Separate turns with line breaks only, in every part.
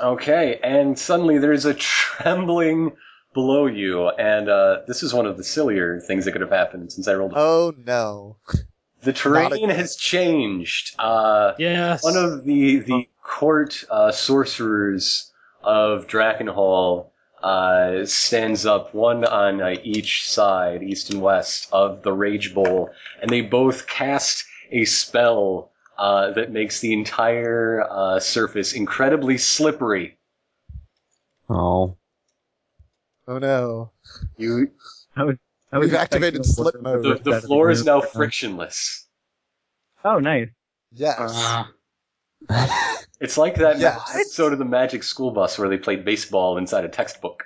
Okay, and suddenly there's a trembling below you, and uh, this is one of the sillier things that could have happened since I rolled. a
Oh no.
the terrain
again.
has changed. Uh,
Yes.
one of the the court uh, sorcerers of Drakenhall uh, stands up, one on uh, each side, east and west of the Rage Bowl, and they both cast a spell uh, that makes the entire uh, surface incredibly slippery.
Oh.
Oh no.
You,
I
We've
was expecting
activated
a little
slip
bit
mode.
the,
of
the
that
floor is
move.
now frictionless.
Oh, nice.
Yes.
Ah, It's like that
Yeah.
episode of the Magic School Bus where they played baseball inside a textbook.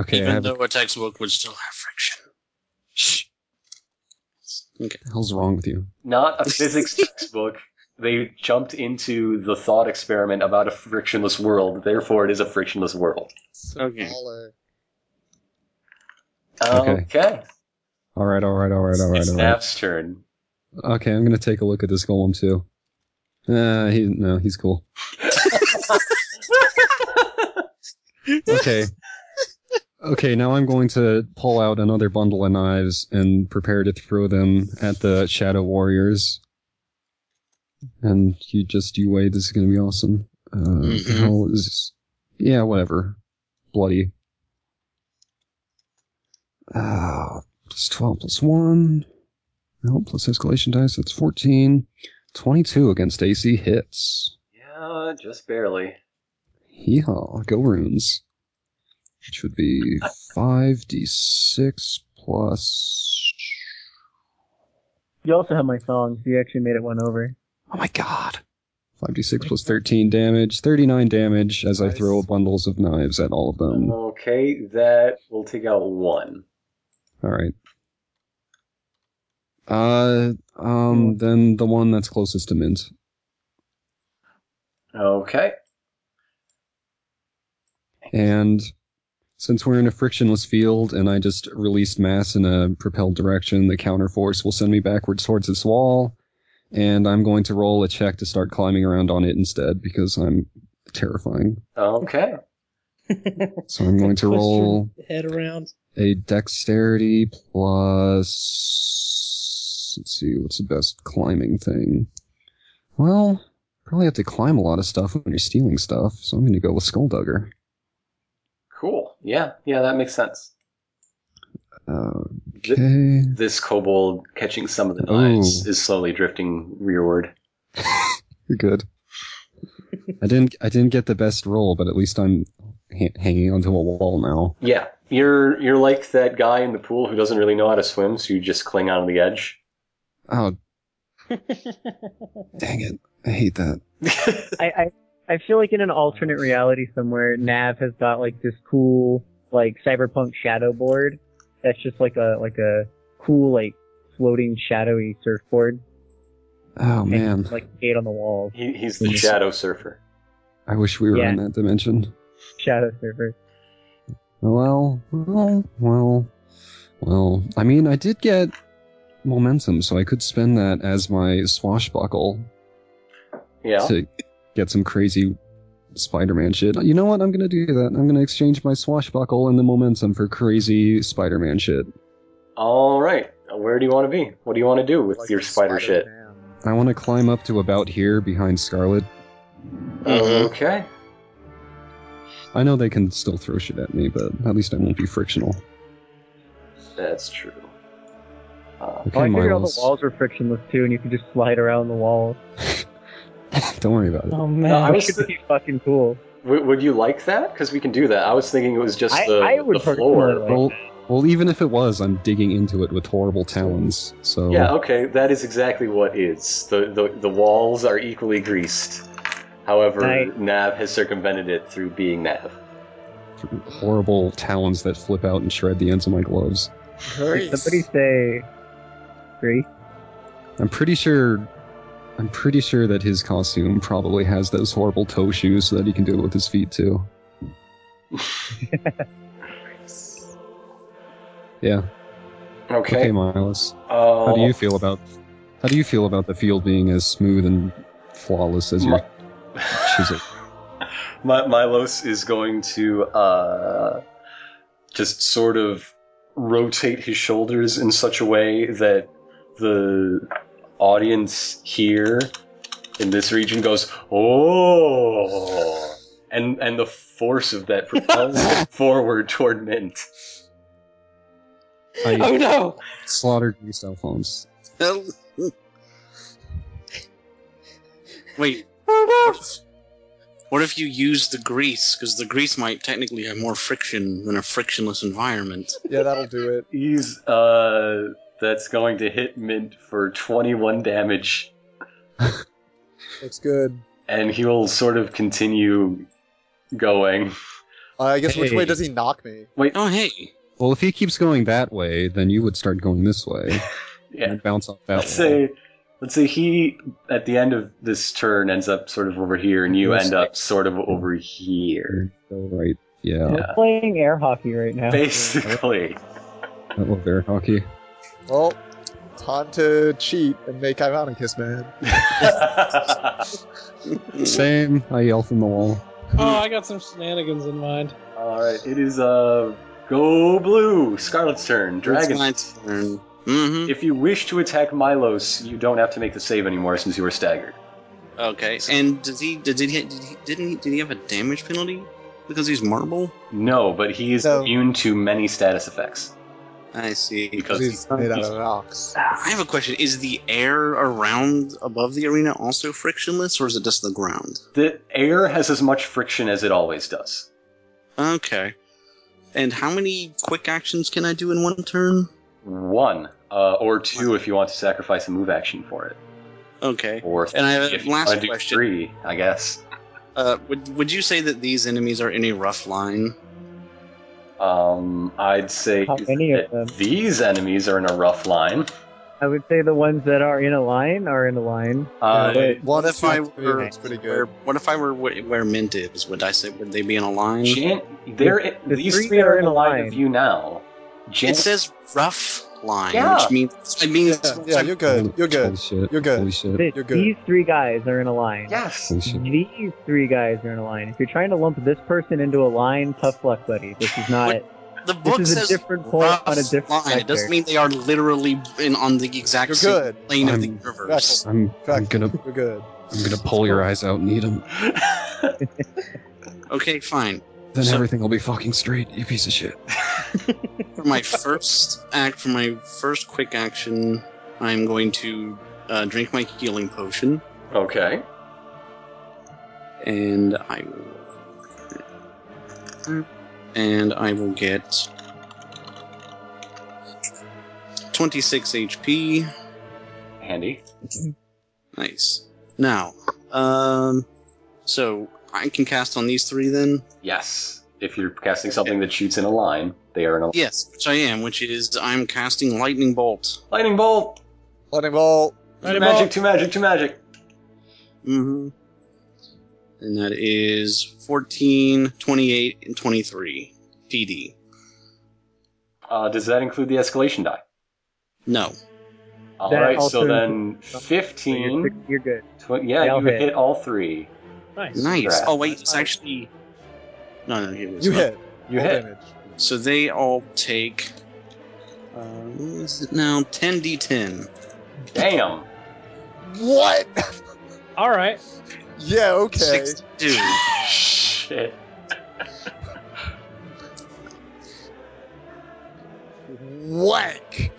okay, I
Even
have,
though a textbook would still have friction. Shh.
what the hell's wrong with you?
Not a physics textbook. They jumped into the thought experiment about a frictionless world. Therefore, it is a frictionless world.
Okay.
Baller.
Okay.
Okay. All right, all right, all right, all right,
it's
all right.
Nav's turn.
Okay, I'm gonna take a look at this golem too. Uh, he no, he's cool. Okay. Okay, now I'm going to pull out another bundle of knives and prepare to throw them at the shadow warriors. And you just you wait. This is gonna be awesome. Uh, what the
Mhm.
hell is? Yeah, whatever. Bloody. Ah, plus twelve plus one. No, plus escalation dice. That's fourteen. Twenty-two against AC hits.
Yeah, just barely.
Yeehaw, go runes. Which would be 5d6 plus.
You also have my songs. You actually made it one over.
Oh my god! 5d6 plus 13 damage, 39 damage as I
Nice.
throw bundles of knives at all of them.
Okay, that will take out one.
Alright. Uh, um, then the one that's closest to Mint.
Okay.
And since we're in a frictionless field and I just released mass in a propelled direction, the counterforce will send me backwards towards this wall. And I'm going to roll a check to start climbing around on it instead because I'm terrifying.
Okay.
So I'm going to
Twist your
roll
head around.
a dexterity plus. Let's see, what's the best climbing thing? Well, probably have to climb a lot of stuff when you're stealing stuff, so I'm going to go with Skulldugger.
Cool. Yeah, yeah, that makes sense.
Uh, okay.
This kobold catching some of the
Ooh.
knives is slowly drifting rearward.
You're good. I didn't. I didn't get the best roll, but at least I'm ha- hanging onto a wall now.
Yeah, you're you're like that guy in the pool who doesn't really know how to swim, so you just cling onto the edge.
Oh, dang it! I hate that.
I, I I feel like in an alternate reality somewhere, Nav has got like this cool like cyberpunk shadow board. That's just like a like a cool like floating shadowy surfboard.
Oh
And you
man,
can, like skate on the walls.
he, he's the
Yes.
shadow surfer.
I wish we were
Yeah.
in that dimension.
Shadow surfer.
Well, well, well, well. I mean, I did get momentum, so I could spend that as my swashbuckle
Yeah.
to get some crazy Spider-Man shit. You know what? I'm gonna do that. I'm gonna exchange my swashbuckle and the momentum for crazy Spider-Man shit.
All right. Where do you want to be? What do you want to do with
Like
your
the
spider, shit?
Spider-Man.
I want to climb up to about here behind Scarlet.
Mm-hmm.
Mhm.
Okay.
I know they can still throw shit at me, but at least I won't be frictional.
That's true. Uh,
Okay,
Oh, I figured all the
Miles.
walls were frictionless too, and you could just slide around the walls.
Don't worry about it.
Oh man.
No, I
That
was-
could be fucking cool.
w- would you like that? Because we can do that. I was thinking it was just
I-
the,
I would
the floor.
personally like-
Well, well, even if it was, I'm digging into it with horrible talons. So
Yeah. Okay. That is exactly what is. The the the walls are equally greased. However,
Nice.
Nav has circumvented it through being Nav.
horrible talons that flip out and shred the ends of my gloves.
Did
Grace.
somebody say three?
I'm pretty sure. I'm pretty sure that his costume probably has those horrible toe shoes so that he can do it with his feet too. yeah. Okay,
Okay.
Miles.
uh,
How do you feel about how do you feel about the field being as smooth and flawless as your chisel?
My, Milos is going to uh, just sort of rotate his shoulders in such a way that the audience here in this region goes, oh, and and the force of that propels him forward toward Mint.
I
Oh no!
slaughtered East Alphonse.
Hell. Wait,
Oh
what if you use the grease? Because the grease might technically have more friction than a frictionless environment.
Yeah, that'll do it.
He's uh, that's going to hit Mint for twenty-one damage.
Looks good.
and he will sort of continue going.
Uh, I guess which way
Hey.
does he knock me?
Oh hey,
Well, if he keeps going that way, then you would start going this way
Yeah,
and bounce off
Oh.
that
let's
wall.
say let's say he at the end of this turn ends up sort of over here, and you end up sort of over here,
Go right. Yeah,
We're playing air hockey right now.
basically.
I love air hockey.
Well, time to cheat and make Ironicus man.
Same. I yell from the wall.
Oh, I got some shenanigans in mind.
All right, it is uh, go blue, Scarlet's turn,
It's
dragon.
my turn. Mm-hmm.
If you wish to attack Milos, you don't have to make the save anymore since you were staggered.
Okay. And does he? Did, did he? Did he? Didn't he? Did he have a damage penalty because he's marble?
No, but he is
No.
immune to many status effects
I see.
because Uh,
He's made out of rocks.
I have a question. Is the air around above the arena also frictionless, or is it just the ground?
The air has as much friction as it always does.
Okay. And how many quick actions can I do in one turn?
One uh, or two if you want to sacrifice a move action for it,
Okay.
or
And I have a
if you
last
wanna do
question.
three, I guess.
Uh, would would you say that these enemies are in a rough line?
Um, I'd say
How many of
that
them?
these enemies are in a rough line.
I would say the ones that are in a line are in a line.
Uh,
Yeah, one
what if I
two, three,
were-
that's pretty
Where,
good.
what if I were where, where Mint is? Would I say would they be in a line?
Jan- they're in,
The
these
three
three
that
are in a line of you now. Jan-
It says rough line,
Yeah.
which means I mean,
Yeah, yeah, you're good.
Holy-
You're
Holy
good.
shit.
You're good.
Holy shit.
Th-
You're good.
These three guys are in a line.
yes.
Holy shit.
These three guys are in a line. If you're trying to lump this person into a line, tough luck, buddy. This is not.
the book
is a
says
different point
rough
on a different
line. It
sector.
doesn't mean they are literally in on the exact
You're
same
good.
plane of the
I'm-
universe.
I'm, I'm
Correct.
gonna
You're good.
I'm gonna pull your eyes out and eat them.
Okay, fine.
Then
So-
everything will be fucking straight. You piece of shit.
For my first act, for my first quick action, I'm going to uh, drink my healing potion,
Okay.
and I will, and I will get 26 HP.
Handy.
Nice. Now, um, so I can cast on these three then.
Yes. If you're casting something that shoots in a line, they are in a
Yes, which I am, which is I'm casting lightning bolt.
lightning bolt.
Lightning bolt.
Two
Lightning
magic,
bolt.
two magic, two magic.
Mm-hmm. And that is 14, 28, and 23 PD.
Uh, does that include the escalation die?
No.
All
That
right, so
also
then
So you're,
15.
you're good.
Tw- yeah,
They all
you hit.
hit.
all three.
Nice.
Nice.
Congrats.
Oh, wait, it's actually. No, no, it was.
You hit.
You
Roll
hit.
Damage.
So they all take. Uh, what is it now? 10d10.
Damn.
What?
All right.
yeah. Okay.
62.
Shit.
Whack.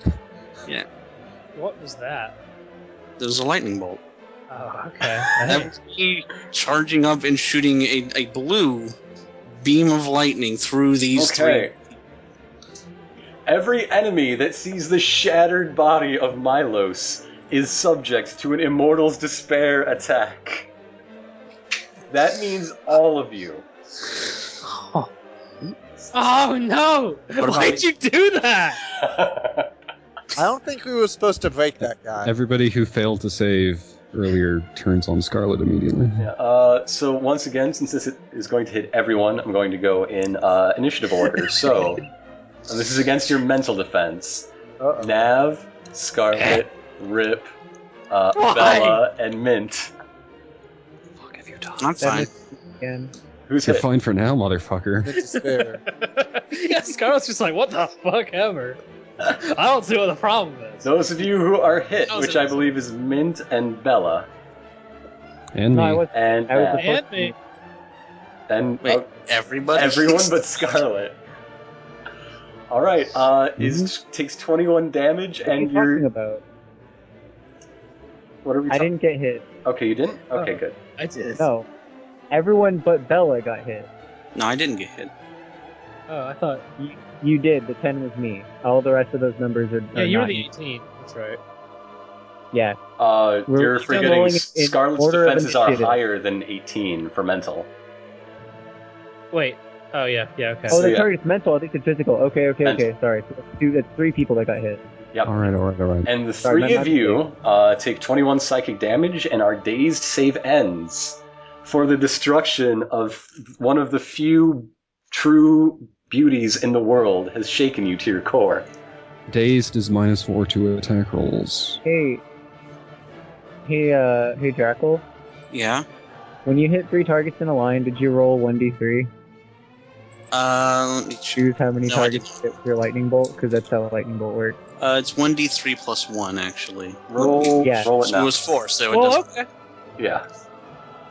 What was that?
There's a lightning bolt.
Oh, okay.
That was me charging up and shooting a, a blue beam of lightning through these three.
Okay. Every enemy that sees the shattered body of Milos is subject to an immortal's despair attack. That means all of you.
Oh no!
about
Why'd
it?
you do that?
I don't think we were supposed to break that guy.
Everybody who failed to save earlier turns on Scarlet immediately.
Yeah, uh, so once again, since this is going to hit everyone, I'm going to go in uh, initiative order. So, and this is against your mental defense.
Uh-oh.
Nav, Scarlet, Rip, uh,
Why?
Bella, and Mint.
I'm
That
fine.
is- again.
Who's
You're
hit?
fine for now, motherfucker.
Nick is there.
yeah, Scarlet's just like, what the fuck ever. I don't see what the problem is.
Those of you who are hit,
Those
which
of
I
us.
believe is Mint and Bella,
And
No, I
me.
was.
and
I was the
Matt,
first
And me.
one.
and
Wait,
uh,
everybody?
everyone but Scarlet. All right, uh, is takes twenty one damage,
What are you
and
talking
you're
about?
what are we?
I
talking-
didn't get hit.
Okay, you didn't. Okay,
Oh.
good.
I did.
No, everyone but Bella got hit.
No, I didn't get hit.
Oh, I thought.
You, you did. The ten was me. All the rest of those numbers are.
Yeah,
are
you were
not
the
me.
18. That's right.
Yeah.
Uh,
We're-
you're
we're still
forgetting
rolling
S-
in
Scarlet's
order of
defenses are
initiative.
higher than eighteen for mental.
Wait. Oh, yeah. Yeah, okay.
Oh,
So,
the
yeah.
target's mental. I think it's physical. Okay, okay,
Mental.
okay. Sorry. So it's two, that's three people that got hit.
All right, all right, all right.
And the
Sorry,
three
my-
of
my
you uh, take 21 psychic damage and are dazed save ends for the destruction of one of the few true beauties in the world has shaken you to your core.
Dazed is minus four to attack rolls.
Hey. Hey, uh, hey, Jackal.
Yeah.
When you hit three targets in a line, did you roll 1d3?
Uh, let me check.
Choose how many
No, I
targets you hit with your lightning bolt? Because that's how a lightning bolt works.
Uh, it's 1d3 plus 1, actually.
Roll,
Yeah.
roll it
So it
now.
was 4, so it
well,
doesn't.
okay.
Yeah.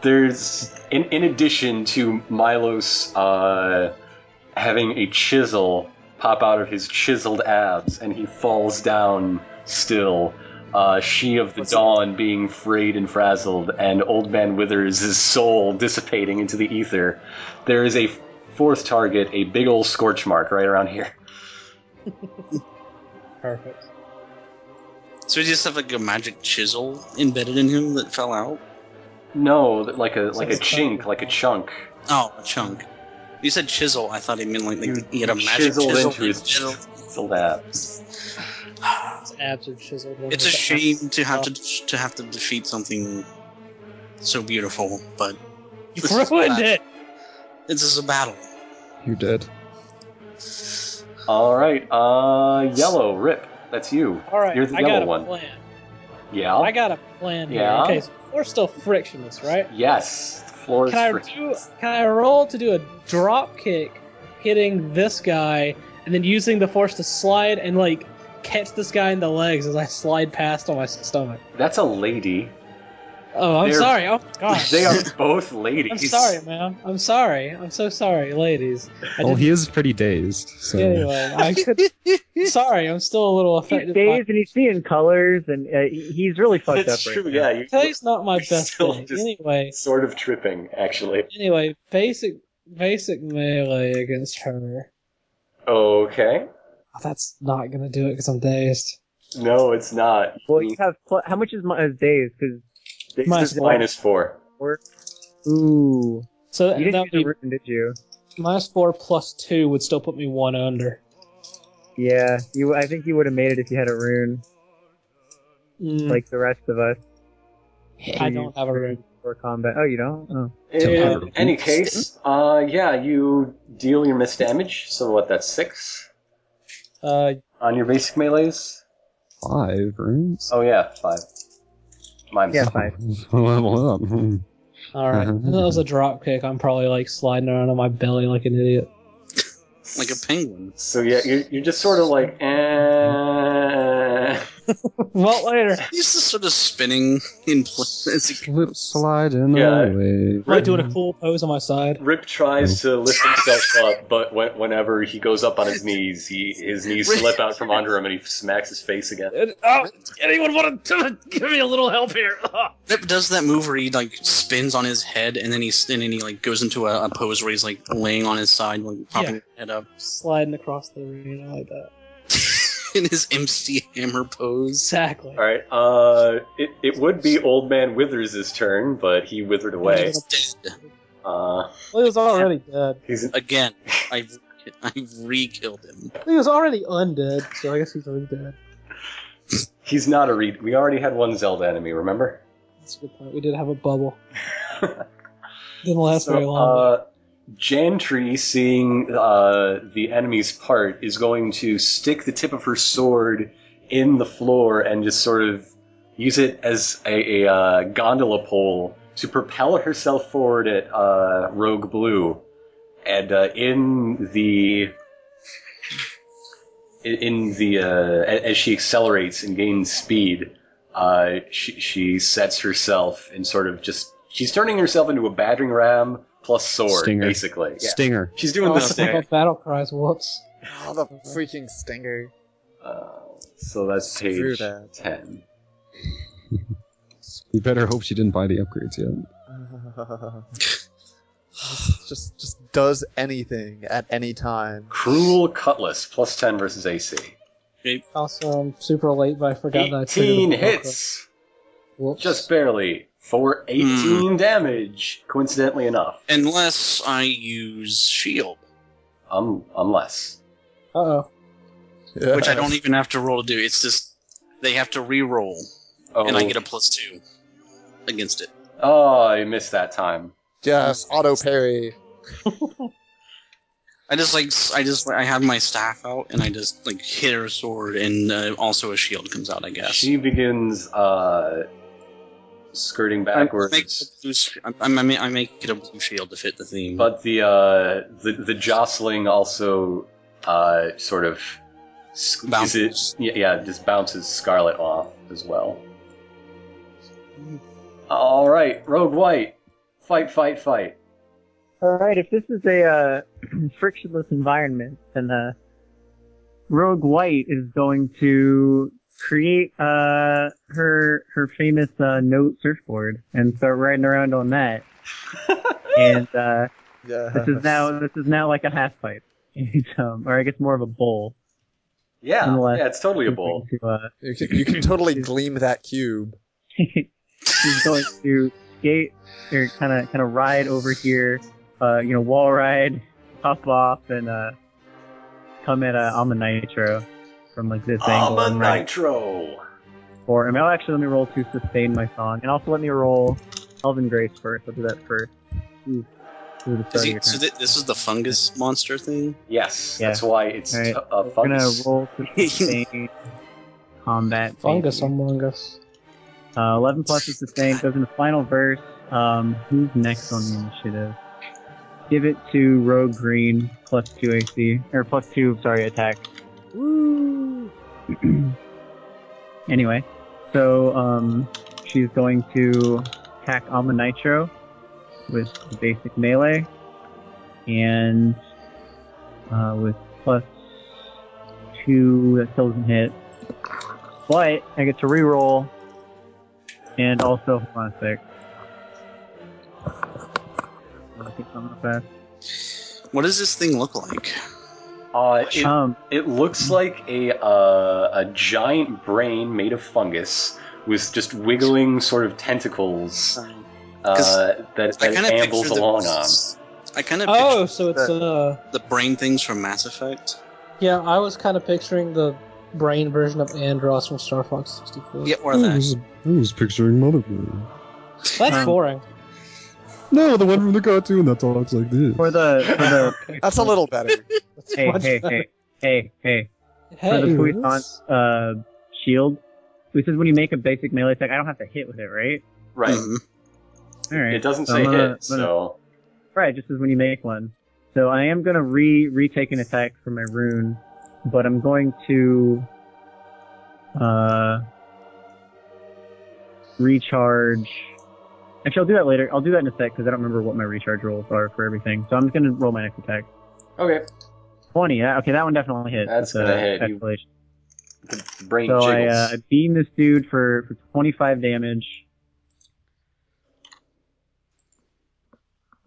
There's, in, in addition to Milos uh, having a chisel pop out of his chiseled abs, and he falls down still. Uh, she of the
What's-
dawn being frayed and frazzled, and Old Man Withers' soul dissipating into the ether. There is a fourth target, a big old scorch mark right around here.
Perfect.
So he just have like a magic chisel embedded in him that fell out?
No, th- like a like a
Sounds
chink,
fun.
like a chunk.
Oh, a chunk. You said chisel. I thought he meant like,
You-
like he had a
you
magic chisel.
chiseled into his
embedded-
chiseled abs.
His abs are chiseled. one
It's a
with the
shame
abs.
to have to to have to defeat something so beautiful, but
You
this is
ruined
bad.
it!
This is a battle.
You're dead.
All right, uh, yellow rip. That's you.
Alright,
You're the
I got
yellow
a
one.
plan.
Yeah.
I got a plan here.
Yeah?
Okay, so we're still frictionless, right?
yes. The floor is
Can I
free.
do? Can I roll to do a drop kick, hitting this guy, and then using the force to slide and like catch this guy in the legs as I slide past on my stomach?
That's a lady.
Oh, I'm
They're-
sorry. Oh gosh,
They are both ladies.
I'm sorry, man. I'm sorry. I'm so sorry, ladies. I
Oh,
Well,
didn't.
he is pretty dazed. So.
Anyway, I could. sorry, I'm still a little
He's
affected. by-
dazed and he's seeing colors, and uh, he- he's really fucked
That's
up.
true.
right now.
yeah, you-
Today's not my
You're
best
still
day.
just-
Anyway,
sort of tripping actually.
anyway, basic, basic melee against her.
Okay.
Oh, that's not gonna do it because I'm dazed.
No, it's not.
Well, you have pl- how much is my is days? Because
This
minus
is minus four.
ooh,
So
you
that
didn't
would
use a
be
rune, did you?
Minus four plus two would still put me one under.
Yeah, you. I think you would have made it if you had a rune,
Mm.
like the rest of us.
Mm, I don't have a room.
for combat. Oh, you don't? Oh.
In any case, uh, yeah, you deal your miss damage. So what? That's six
Uh,
on your basic melee's.
Five, right?
Oh yeah, five. Minus
Yeah, Oh, five.
Level up. Hmm.
all right. If that was a drop kick, I'm probably like sliding around on my belly like an idiot.
Like a penguin.
So yeah, you're, you're just sort of like, eh.
well, later.
He's just sort of spinning in place. It's like,
Slip, slide, and
Yeah.
away.
Like doing a cool pose on my side.
Rip tries to lift himself up, but when, whenever he goes up on his knees, he his knees slip out from under him, and he smacks his face again.
oh, anyone want to give me a little help here? Oh.
Rip does that move where he like spins on his head and then he and then he like goes into a, a pose where he's like laying on his side, like popping his head up
Sliding across the arena like that.
in his MC Hammer pose.
Exactly.
All right, uh, it it would be Old Man Withers' turn, but he withered away.
He's dead.
Uh,
Well, he was already dead.
he's
Again, I I re-killed him.
He was already undead, so I guess he's already dead.
he's not a read. We already had one Zelda enemy, remember?
That's a good point. We did have a bubble. Didn't last very long.
Uh, Jantry, seeing uh, the enemy's part, is going to stick the tip of her sword in the floor and just sort of use it as a, a uh, gondola pole to propel herself forward at uh, Rogue Blue, and uh, in the in- in the uh, a- as she accelerates and gains speed, uh, she, she sets herself and sort of just she's turning herself into a battering ram plus sword,
Stinger.
basically. Yeah.
Stinger.
She's doing
Oh,
the
I forgot
stinger.
battle cries. Whoops.
Oh,
Uh-huh.
the freaking stinger.
Uh, so that's
Screw
page
that.
ten.
You better hope she didn't buy the upgrades yet.
just, just, just does anything at any time.
Cruel Cutlass, plus 10 versus AC.
Also, I'm super late, but I forgot that I triggered
18
the battle
hits,
cry. Whoops.
just barely, for
Hmm.
18 damage, coincidentally enough.
Unless I use shield,
Um, unless.
Uh oh.
which I don't even have to roll to do. It's just they have to re-roll,
Oh,
and I get a plus two against it.
oh, I missed that time.
Yes, auto parry.
I just like s- I just I have my staff out, and I just like hit her sword, and uh, also a shield comes out. I guess.
She begins uh, skirting
I make,
backwards.
it a blue, sh- I, I, ma- I make it a blue shield to fit the theme.
But the uh, the, the jostling also uh, sort of squeezes,
Bounces.
Yeah, yeah, just bounces Scarlet off as well. All right, Rogue White, fight, fight, fight.
All right, if this is a uh, frictionless environment, then uh, Rogue White is going to create uh, her her famous uh, note surfboard and start riding around on that. and uh,
Yeah.
this is now this is now like a half pipe, It's, um, or I guess more of a bowl.
Yeah,
Unless-
yeah, it's totally a bowl.
To, uh,
You can, you can totally gleam that cube.
she's going to skate or kind of kind of ride over here, uh, you know, wall ride, hop off, and uh, come at uh, I'm a nitro from like this angle
a
and ride
nitro.
for him. Oh, actually, let me roll to sustain my song, and also let me roll Elven Grace first. I'll do that first. Ooh. Ooh, the start
Is
of
he,
your
so
turn.
thi- this is the fungus monster thing.
Yes,
Yeah.
that's why it's
All right.
t- a
We're gonna
fungus.
roll to sustain combat.
Fungus
safety.
among us.
Uh, 11 plus is sustained. Goes into final verse. Um, who's next on the initiative? Give it to Rogue Green, plus 2 AC. Or plus 2, sorry, attack. Woo! anyway, so um, she's going to attack Alma Nitro with the basic melee. And uh, with plus 2, that still doesn't hit. But I get to reroll and also, hold on a sec. Look at something fast.
What does this thing look like?
Uh, it,
Um,
it looks like a uh, a giant brain made of fungus with just wiggling sort of tentacles
Um,
uh,
'Cause
that,
I
that
kind of
ambles
picture the,
along on.
I kind of
Oh, so it's
that.
uh
picture the brain things from Mass Effect.
yeah. I was kind of picturing the brain version of Andros from Star Fox 64.
Yeah, or
I
that.
Mm-hmm.
was, I was picturing Motherboard.
That's
Um,
boring.
No, the one from the cartoon that talks like this.
for the for the
That's a little better.
That's
hey
much
hey
better.
hey hey hey for
Hey,
the
that's-
Puissance uh shield. This is when you make a basic melee attack. I don't have to hit with it, right?
Right.
Mhm.
All right.
It doesn't
so
say
I'm gonna-
hit,
I'm gonna-
so
right, just as when you make one. So I am gonna re retake an attack for my rune, but I'm going to uh recharge. Actually, I'll do that later. I'll do that in a sec because I don't remember what my recharge rolls are for everything. So I'm just gonna roll my next attack.
okay.
Twenty. that- Okay, that one definitely hits.
That's
It's a
gonna hit. You-
escalation.
The, the brain
So I,
jiggles.
uh, I beam this dude for, for 25 damage,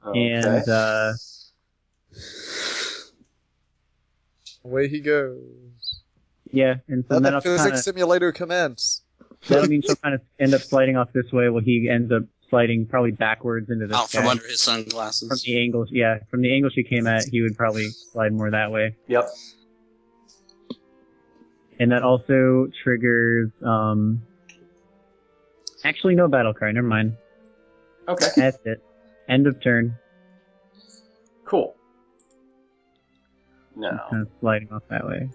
Okay.
and uh,
Away he goes.
yeah, and so
Let
then
the
I'll
physics
kind of
simulator commence.
That'll mean she'll kind of end up sliding off this way while he ends up sliding probably backwards into this
Out
guy.
from under his
From
sunglasses.
the angle, yeah, from the angle she came at, he would probably slide more that way.
yep.
And that also triggers, um, actually no battle cry, never mind.
Okay.
That's it. End of turn.
Cool. Now
Kind of sliding off that way.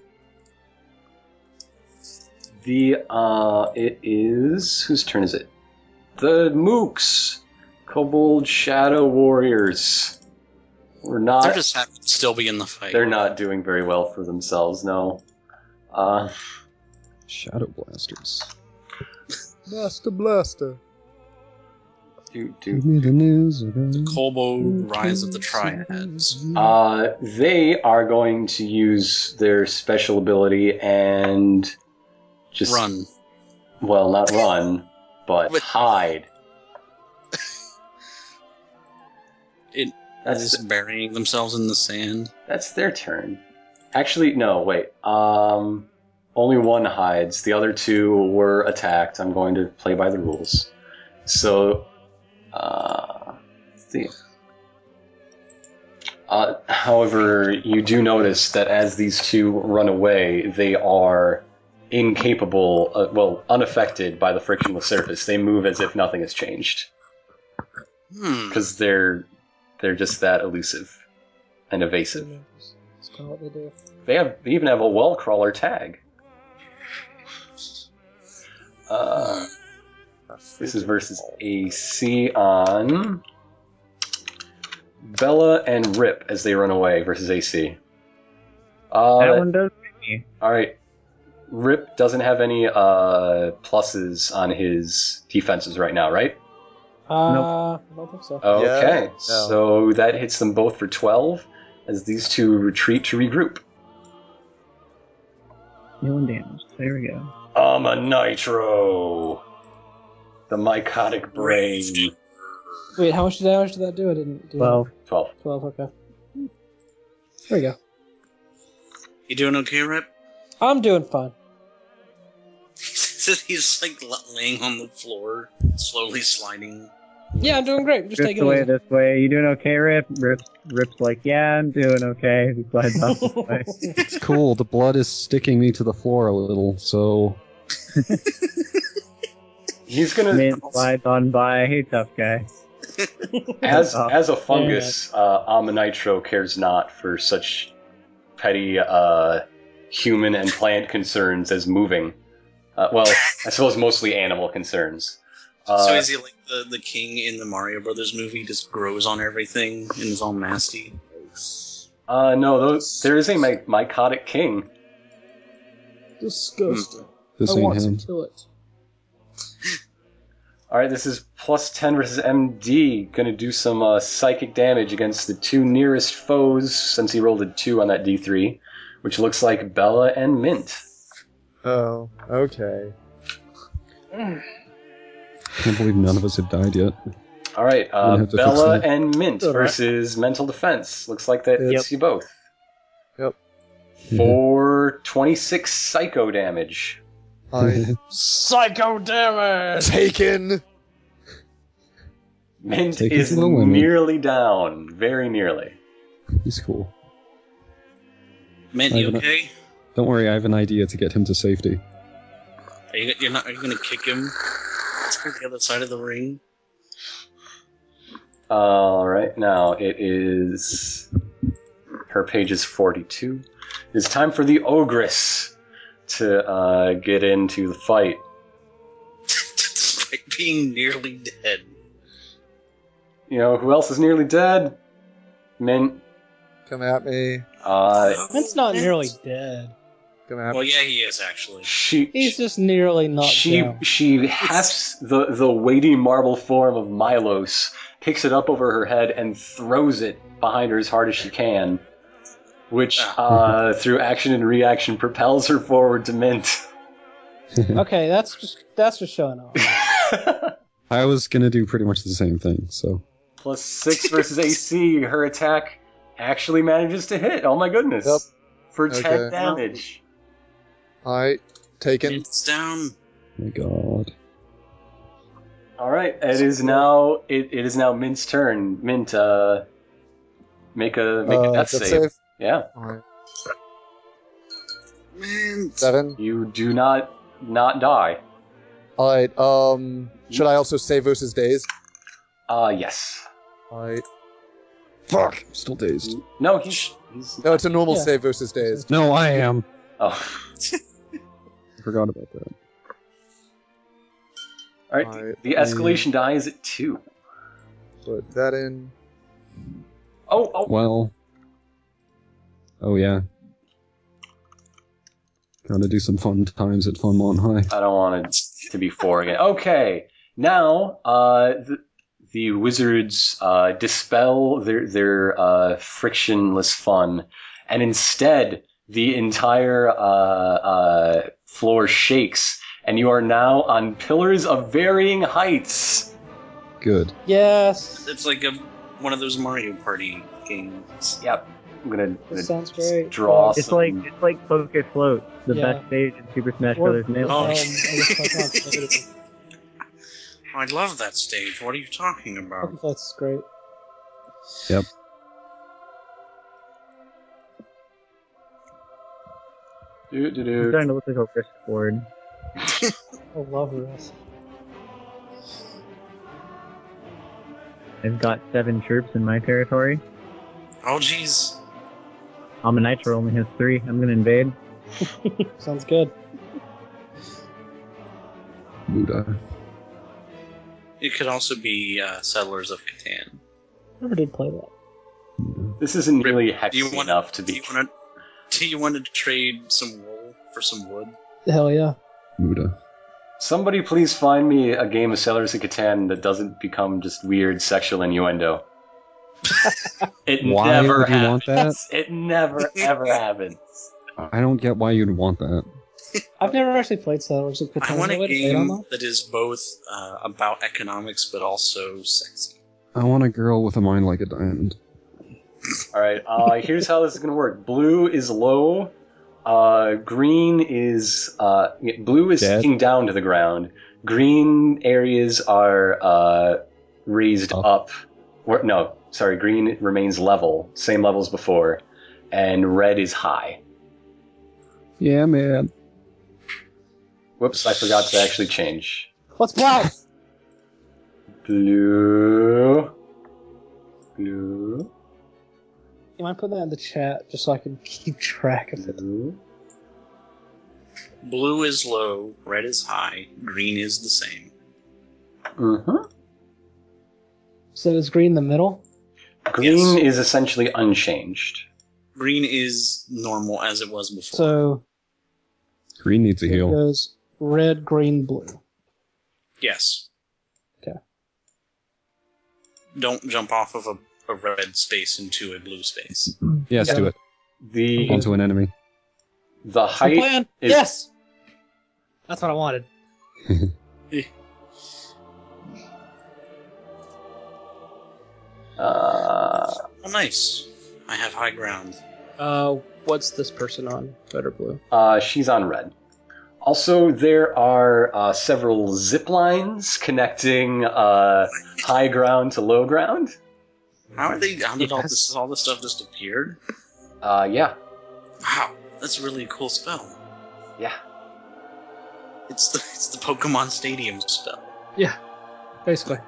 the uh, it is whose turn is it? The mooks. Kobold Shadow Warriors. We're not.
They're just happy to still be in the fight.
they're not doing very well for themselves. No. Uh,
Shadow blasters.
Master Blaster.
do do.
Give me the news. about-
Kobo Rise of the
Mm-hmm.
Triads.
Uh, they are going to use their special ability and just
Run.
Well, not run, but
But-
hide.
It-
that's
just burying themselves in the sand.
that's their turn. Actually, no, wait. Um, only one hides. The other two were attacked. I'm going to play by the rules. So, uh, let's see. Uh, however, you do notice that as these two run away, they are incapable, uh, well, unaffected by the frictionless surface. They move as if nothing has changed
Hmm.
because they're they're just that elusive and evasive.
That's kind of what they do.
They have they even have a well crawler tag. Uh, this is versus AC on Bella and Rip as they run away versus AC. Uh,
that one does.
all right. Rip doesn't have any uh, pluses on his defenses right now, right?
Uh, I don't think so.
Okay,
no.
so that hits them both for 12 as these two retreat to regroup.
No one damaged. There we go.
I'm a nitro! The mycotic brain.
Wait, how much damage did that do? I didn't do
Well,
12.
that. 12, okay. There we go.
You doing okay, Rip?
I'm doing fine.
He's like laying on the floor, slowly sliding.
Yeah, I'm doing great. Just
this
taking it
way,
easy.
this way. You doing okay, Rip? Rip, Rip's like, yeah, I'm doing okay. He slides off this way.
It's cool. The blood is sticking me to the floor a little, so
He's gonna,
Mint slides on by. Hey, tough guy.
as
Oh,
as a fungus, uh, Aminitro cares not for such petty uh, human and plant concerns as moving. Uh, well, I suppose mostly animal concerns. Uh,
so is he like the, the king in the Mario Brothers movie? Just grows on everything and is all nasty.
uh, no, those, there is a my- mycotic king.
Disgusting.
this
I
ain't
want
him.
to kill it.
All right, this is plus 10 versus MD. Going to do some uh, psychic damage against the two nearest foes since he rolled a 2 on that D3, which looks like Bella and Mint.
Oh, okay.
Can't believe none of us have died yet.
All right,
We'll
uh,
have to fix
Bella
that.
and Mint
All right.
versus Mental Defense. Looks like that
Yep.
hits you both.
Yep.
Mhm.
For 26 psycho damage.
I
Psycho damage.
taken.
Mint
Take it
is
to the limit.
nearly down, very nearly.
He's cool.
Man, you
I've-
okay?
Don't worry, I have an idea to get him to safety.
Are you you're not? Are you gonna kick him to the other side of the ring?
All right, now it is. Her page is 42. It's time for the Ogress to uh, get into the fight.
Despite being nearly dead.
You know, who else is nearly dead? Mint.
Come at me.
Uh,
Mint's not nearly dead.
Come at
Well,
me.
yeah, he is actually.
she.
He's just nearly not
she
down.
she hefts the, the weighty marble form of Milos, picks it up over her head, and throws it behind her as hard as she can, which uh, through action and reaction propels her forward to Mint.
Okay, that's just that's just showing off.
I was gonna do pretty much the same thing, so oh
Plus six versus AC. Her attack actually manages to hit. Oh my goodness. For 10
Okay.
damage.
I taken.
It's down.
my god.
All right. It is now it, it is now Mint's turn. Mint uh make a make
Uh,
a death
that's
save.
safe.
Yeah.
Alright.
Man,
Seven.
You do not not die.
All right. Um, should I also save versus days?
Uh yes.
All right.
Fuck, I'm still dazed.
No, he's he's
No, it's a normal
Yeah.
save versus days.
No, I am.
Oh.
I forgot about that.
All right.
All right. Mm.
The escalation die is at 2.
Put that in.
Oh, oh,
Well. Oh yeah. Gotta do some fun times at Funmont High.
I don't want it to be four again. Okay, now uh, the, the wizards uh, dispel their their uh, frictionless fun, and instead the entire uh, uh, floor shakes, and you are now on pillars of varying heights.
Good.
Yes.
It's like a, one of those Mario Party games.
Yep, I'm gonna,
This
gonna
sounds great.
draw.
It's
some-
like it's like Focus Float, the
Yeah.
best stage in Super Smash
Or-
Brothers. Nail.
um,
Oh.
I guess that's not good.
Oh, I love that stage. What are you talking
I think
about?
That's great.
Do, do,
I'm
do.
starting to look like a wristboard.
I love this.
I've got seven troops in my territory.
Oh, jeez.
Amanitra only has three. I'm gonna invade.
Sounds good.
Buddha.
It could also be uh, Settlers of Catan.
Never did play that.
This isn't really
Do you
hexy
want-
enough to
Do
be.
you want to? Do you want to trade some wool for some wood?
Hell yeah.
Buddha.
Somebody please find me a game of Settlers of Catan that doesn't become just weird sexual innuendo. it
Why
never
would you
happens.
want that?
It never ever happens.
I don't get why you'd want that.
I've never actually played Settlers of Catan.
I want
Is there
a
way to play it
game
online?
that is both uh, about economics but also sexy.
I want a girl with a mind like a diamond.
All right. Uh, here's how this is gonna work. Blue is low. Uh, green is uh, yeah, blue is
Dead.
sinking down to the ground. Green areas are uh, raised
Up.
up. Where- no, sorry. Green remains level, same level as before, and red is high.
Yeah, man.
Whoops! I forgot to actually change.
What's black?
Blue. Blue.
You might put that in the chat just so I can keep track of it.
Blue.
Blue is low, red is high, green is the same.
Mm-hmm.
So is green the middle?
Green is essentially unchanged.
Green is normal as it was before.
So
Green needs a
it
heal.
goes red, green, blue.
yes.
Okay.
Don't jump off of a, a red space into a blue space.
Yes, do it.
The
Onto an enemy.
the
Good
height
plan.
is-
Yes. That's what I wanted.
Uh,
Oh, nice. I have high ground.
Uh, what's this person on? Red or blue?
uh, she's on red. Also, there are uh, several zip lines connecting uh, high ground to low ground.
How are they? How did all
Yes.
this all this stuff just appeared?
Uh, yeah,
Wow, that's really a cool spell.
yeah.
It's the it's the Pokemon Stadium spell.
Basically.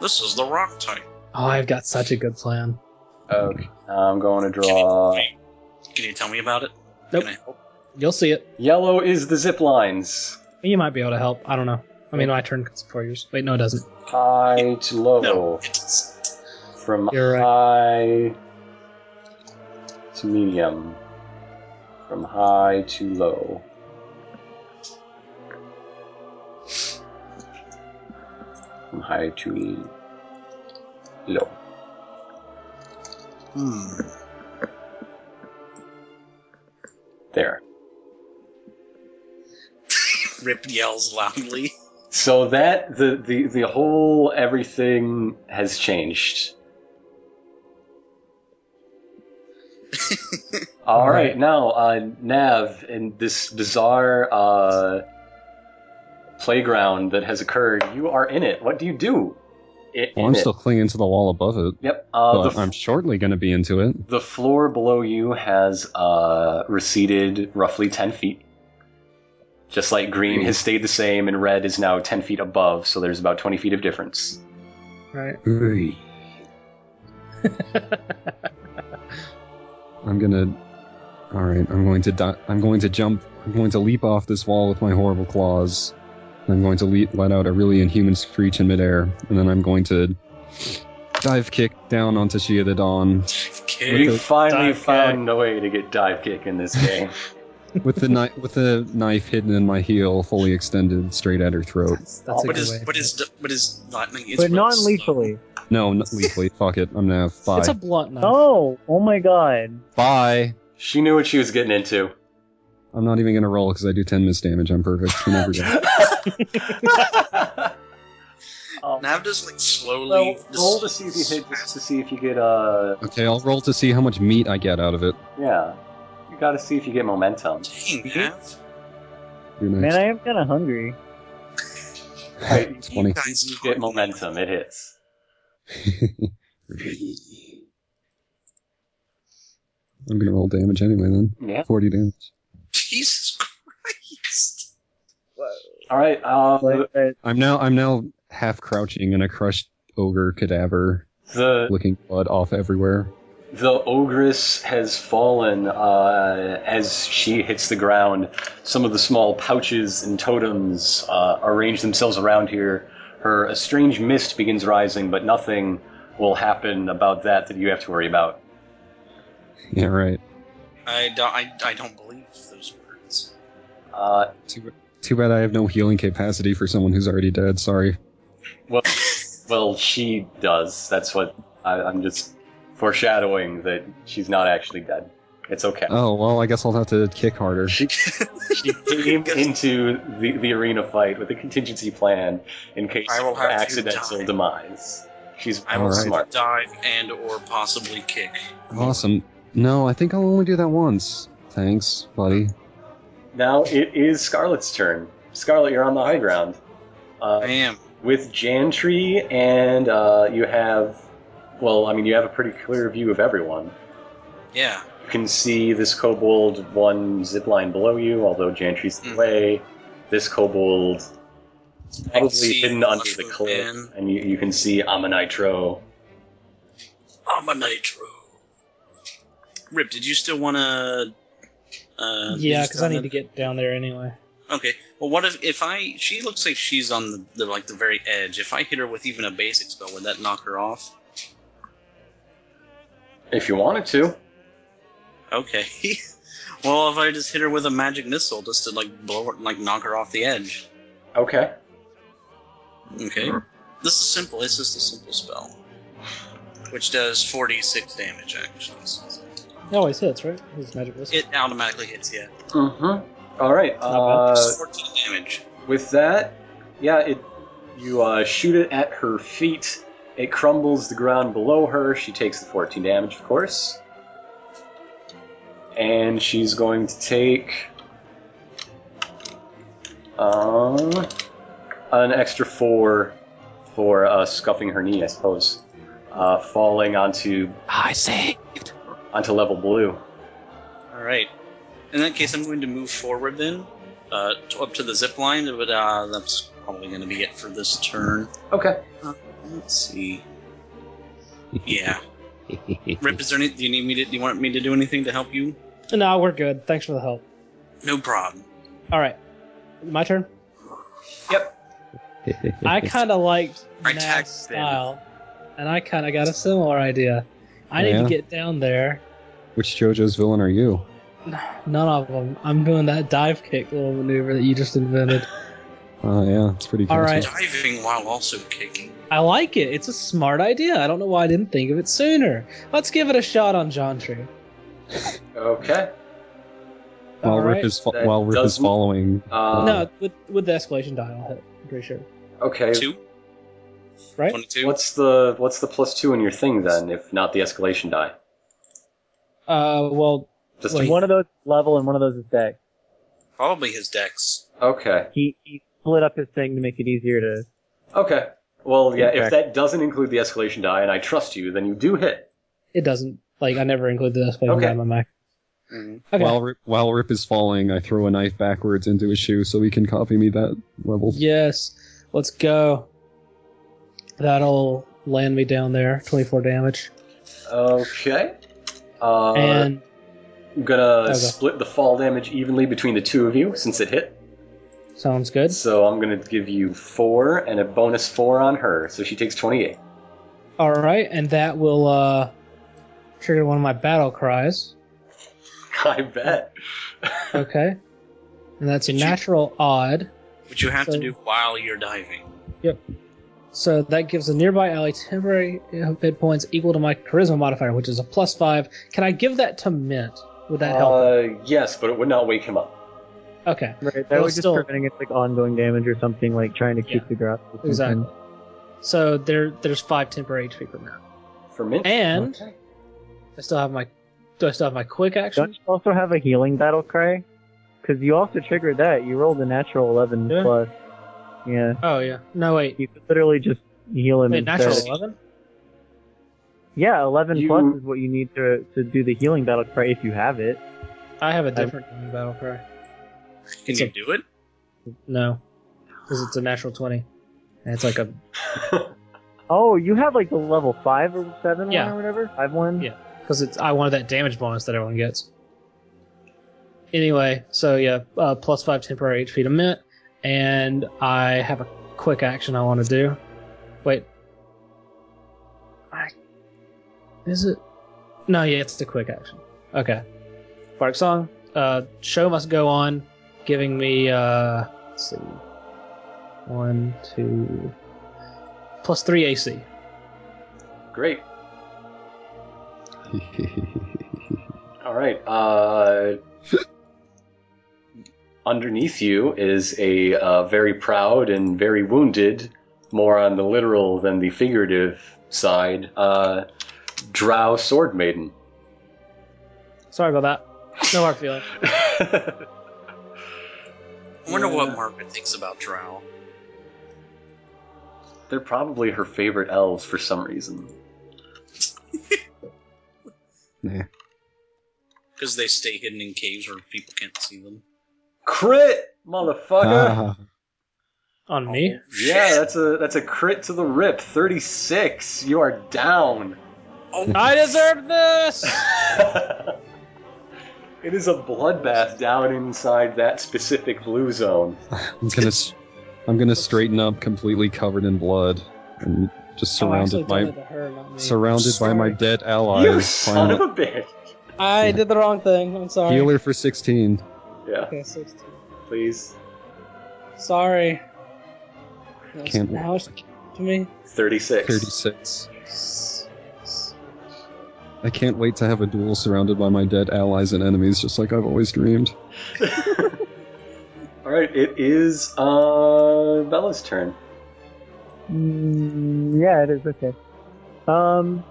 This is the rock type.
Oh, I've got such a good plan.
Okay, I'm going to draw.
Can you tell me about it?
Uh. Nope.
Can I help?
You'll see it.
Yellow is the zip lines.
You might be able to help. I don't know. I mean, my turn comes before yours. Wait, no, it doesn't.
High to low.
No,
Oh.
it's
from
You're right.
high to medium, from high to low. From high to low.
hmm.
There.
Rip yells loudly.
So that the the the whole everything has changed. All right, now uh, Nav in this bizarre uh, playground that has occurred. You are in it. What do you do? I-
Well,
in
Oh, I'm
it?
still Oh, clinging to the wall above it,
Yep. Uh, the,
but
f-
I'm shortly gonna be into it.
the floor below you has uh, receded roughly 10 feet. Just like green has stayed the same and red is now 10 feet above, so there's about 20 feet of difference.
Right.
I'm gonna. All right, I'm going to di- I'm going to jump. I'm going to leap off this wall with my horrible claws. And I'm going to le- let out a really inhuman screech in midair, and then I'm going to dive kick down onto Gia the Dawn
Okay.
We finally
Dive kick.
found a way to get dive kick in this game.
with the knife with the knife hidden in my heel, fully extended straight at her throat.
That's,
Oh,
that's a
But
good
is
way.
but is d- but is lightning? It's
but
real
non
slow.
lethally.
No, not lethally. Fuck it. I'm now bye.
It's a blunt knife.
Oh, oh my god.
bye.
she knew what she was getting into.
I'm not even gonna roll because I do ten miss damage. I'm perfect. You never do.
Oh.
Nav just like slowly.
Um, well,
just
roll to see if you hit, just to see if you get uh
Okay, I'll roll to see how much meat I get out of it.
yeah. You got to see if you get momentum.
Dang, Nav.
You're
Man,
next.
I am kind of hungry.
I-
It's funny.
You guys
You get momentum. It hits.
I'm gonna roll damage anyway then.
Yeah.
Forty damage.
Jesus Christ.
All right. Um,
Like, uh,
I'm now I'm now half crouching in a crushed ogre cadaver,
the
licking blood off everywhere.
The ogress has fallen uh, as she hits the ground. Some of the small pouches and totems uh, arrange themselves around here. Her a strange mist begins rising, but nothing will happen about that that you have to worry about.
Yeah, right.
I don't. I, I don't believe those words.
Uh,
Too, too bad I have no healing capacity for someone who's already dead. Sorry.
well, well, she does. That's what I, I'm just foreshadowing that she's not actually dead. It's okay.
Oh well, I guess I'll have to kick harder.
She, she came into the, the arena fight with a contingency plan in case
I will
of
have to
accidental
die.
demise. She's
I will
Alright.
smart dive and or possibly kick.
Awesome. No, I think I'll only do that once. Thanks, buddy.
Now it is Scarlet's turn. Scarlet, you're on the high ground.
I
Uh,
am.
with Jantry, and uh, you have, well, I mean, you have a pretty clear view of everyone.
Yeah.
You can see this kobold one zipline below you, although Jantry's in the
Mhm.
way. This kobold
I can
probably
see
hidden under the
Mushroom
cliff,
Man.
and you, you can see Amanitro
I'm a nitro. Rip, did you still want to? Uh,
yeah,
did you
because I
still
need to
wanna-
get down there anyway.
Okay. Well, what if if I? She looks like she's on the, the like the very edge. If I hit her with even a basic spell, would that knock her off?
If you wanted to.
Okay. well, if I just hit her with a magic missile, just to like blow her, like knock her off the edge.
Okay.
Okay. This is simple. It's just a simple spell, which does 46 damage. Actually, So
It always hits, right? It's magic missile.
it automatically hits you.
Mm-hmm. All right.
Not
Uh,
It's 14 damage.
with that, yeah, it you uh, shoot it at her feet. It crumbles the ground below her. She takes the 14 damage, of course, and she's going to take um, an extra four for uh, scuffing her knee, I suppose, uh, falling onto
I say.
onto level blue.
All right. In that case, I'm going to move forward then, uh, t- up to the zip line. But uh, that's probably going to be it for this turn.
Okay.
Let's see. Yeah. Rip, is there any? Do you need me to? Do you want me to do anything to help you?
No, we're good. Thanks for the help.
No problem.
All right, my turn. I kind of liked
I
Nat's
tagged them.
style, and I kind of got a similar idea. I need
Yeah?
to get down there.
Which JoJo's villain are you?
None of them. I'm doing that dive kick little maneuver that you just invented.
Oh yeah, it's pretty.
All right.
classy.
Diving while also kicking.
I like it. It's a smart idea. I don't know why I didn't think of it sooner. Let's give it a shot on John Tree.
Okay.
While
All
Rip
right.
is fo-
That
while Rip is
doesn't-
following.
Uh,
no, with with the escalation die, I'll hit. I'm pretty sure.
Okay.
Two.
Right?
Twenty-two.
What's the what's the plus two in your thing then, if not the escalation die?
Uh, well,
Just
Wait.
one.
One of those is level and one of those is deck.
Probably his dex.
Okay.
He, he split up his thing to make it easier to.
Okay. Well, yeah. If
Okay.
that doesn't include the escalation die, and I trust you, then you do hit.
it doesn't. Like I never include the escalation
Okay.
die in my Mac. Okay.
While Rip, while Rip is falling, I throw a knife backwards into his shoe so he can copy me that level.
Yes, let's go. That'll land me down there. Twenty-four damage,
Okay. Uh,
and
I'm gonna
Okay.
split the fall damage evenly between the two of you since it hit.
sounds good.
So I'm gonna give you four and a bonus four on her, so she takes 28.
All right, and that will uh, trigger one of my battle cries.
I bet.
Okay, and that's a
Did you-
natural odd.
Which you have
So-
to do while you're diving.
So that gives the nearby ally temporary hit points equal to my charisma modifier, which is a plus five. Can I give that to Mint? Would that help?
Uh, yes, but it would not wake him up.
Okay,
Right, that
Well,
was just
still-
preventing it like ongoing damage or something, like trying to keep the grapple. or something.
exactly. So there, there's five temporary HP per minute,
For mint.
and
Okay.
I still have my, do I still have my quick
Don't
action?
you also have a healing battle cry? Because you also triggered that. You rolled a natural 11
Yeah.
plus. Yeah.
Oh yeah, no wait,
You could literally just heal him
wait,
instead.
natural eleven.
Yeah, 11
You-
plus is what you need to, to do the healing battle cry if you have it.
I have a different battle cry.
Can
It's
you
a-
do it?
No, because it's a natural twenty, and it's like a
Oh, you have like the level 5 or 7
Yeah.
one or whatever? 5 one?
Yeah. because it's I wanted that damage bonus that everyone gets. Anyway, so yeah, uh, plus five temporary HP to mint, and I have a quick action I want to do. Wait, I is it? No, yeah, it's the quick action. Okay, Bark song. Uh, show must go on, giving me uh, let's see, one, two, plus three AC.
Great. All right. Uh, underneath you is a uh, very proud and very wounded, more on the literal than the figurative side, uh, Drow Sword Maiden.
Sorry about that. No hard feelings.
I wonder
Yeah.
what Margaret thinks about Drow.
They're probably her favorite elves for some reason.
Nah.
Because they stay hidden in caves where people can't see them.
Crit, motherfucker!
Ah,
On me.
Oh,
yeah, that's a that's a crit to the rip. Thirty six. You are down.
Oh.
I deserve this.
it is a bloodbath down inside that specific blue zone.
I'm gonna, s- I'm gonna straighten up completely covered in blood and just
Oh, I
surrounded
actually
by
did it to her, not me.
surrounded by my
Sorry.
dead allies.
you son of
finally.
a bitch!
I did the wrong thing. I'm sorry.
Healer for sixteen.
Yeah,
Okay, 16.
please.
Sorry. That was-
Can't
How much to me?
36.
Thirty-six.
S-
I can't wait to have a duel surrounded by my dead allies and enemies, just like I've always dreamed.
Alright, it is uh, Bella's turn.
Mm, yeah, it is okay. Um,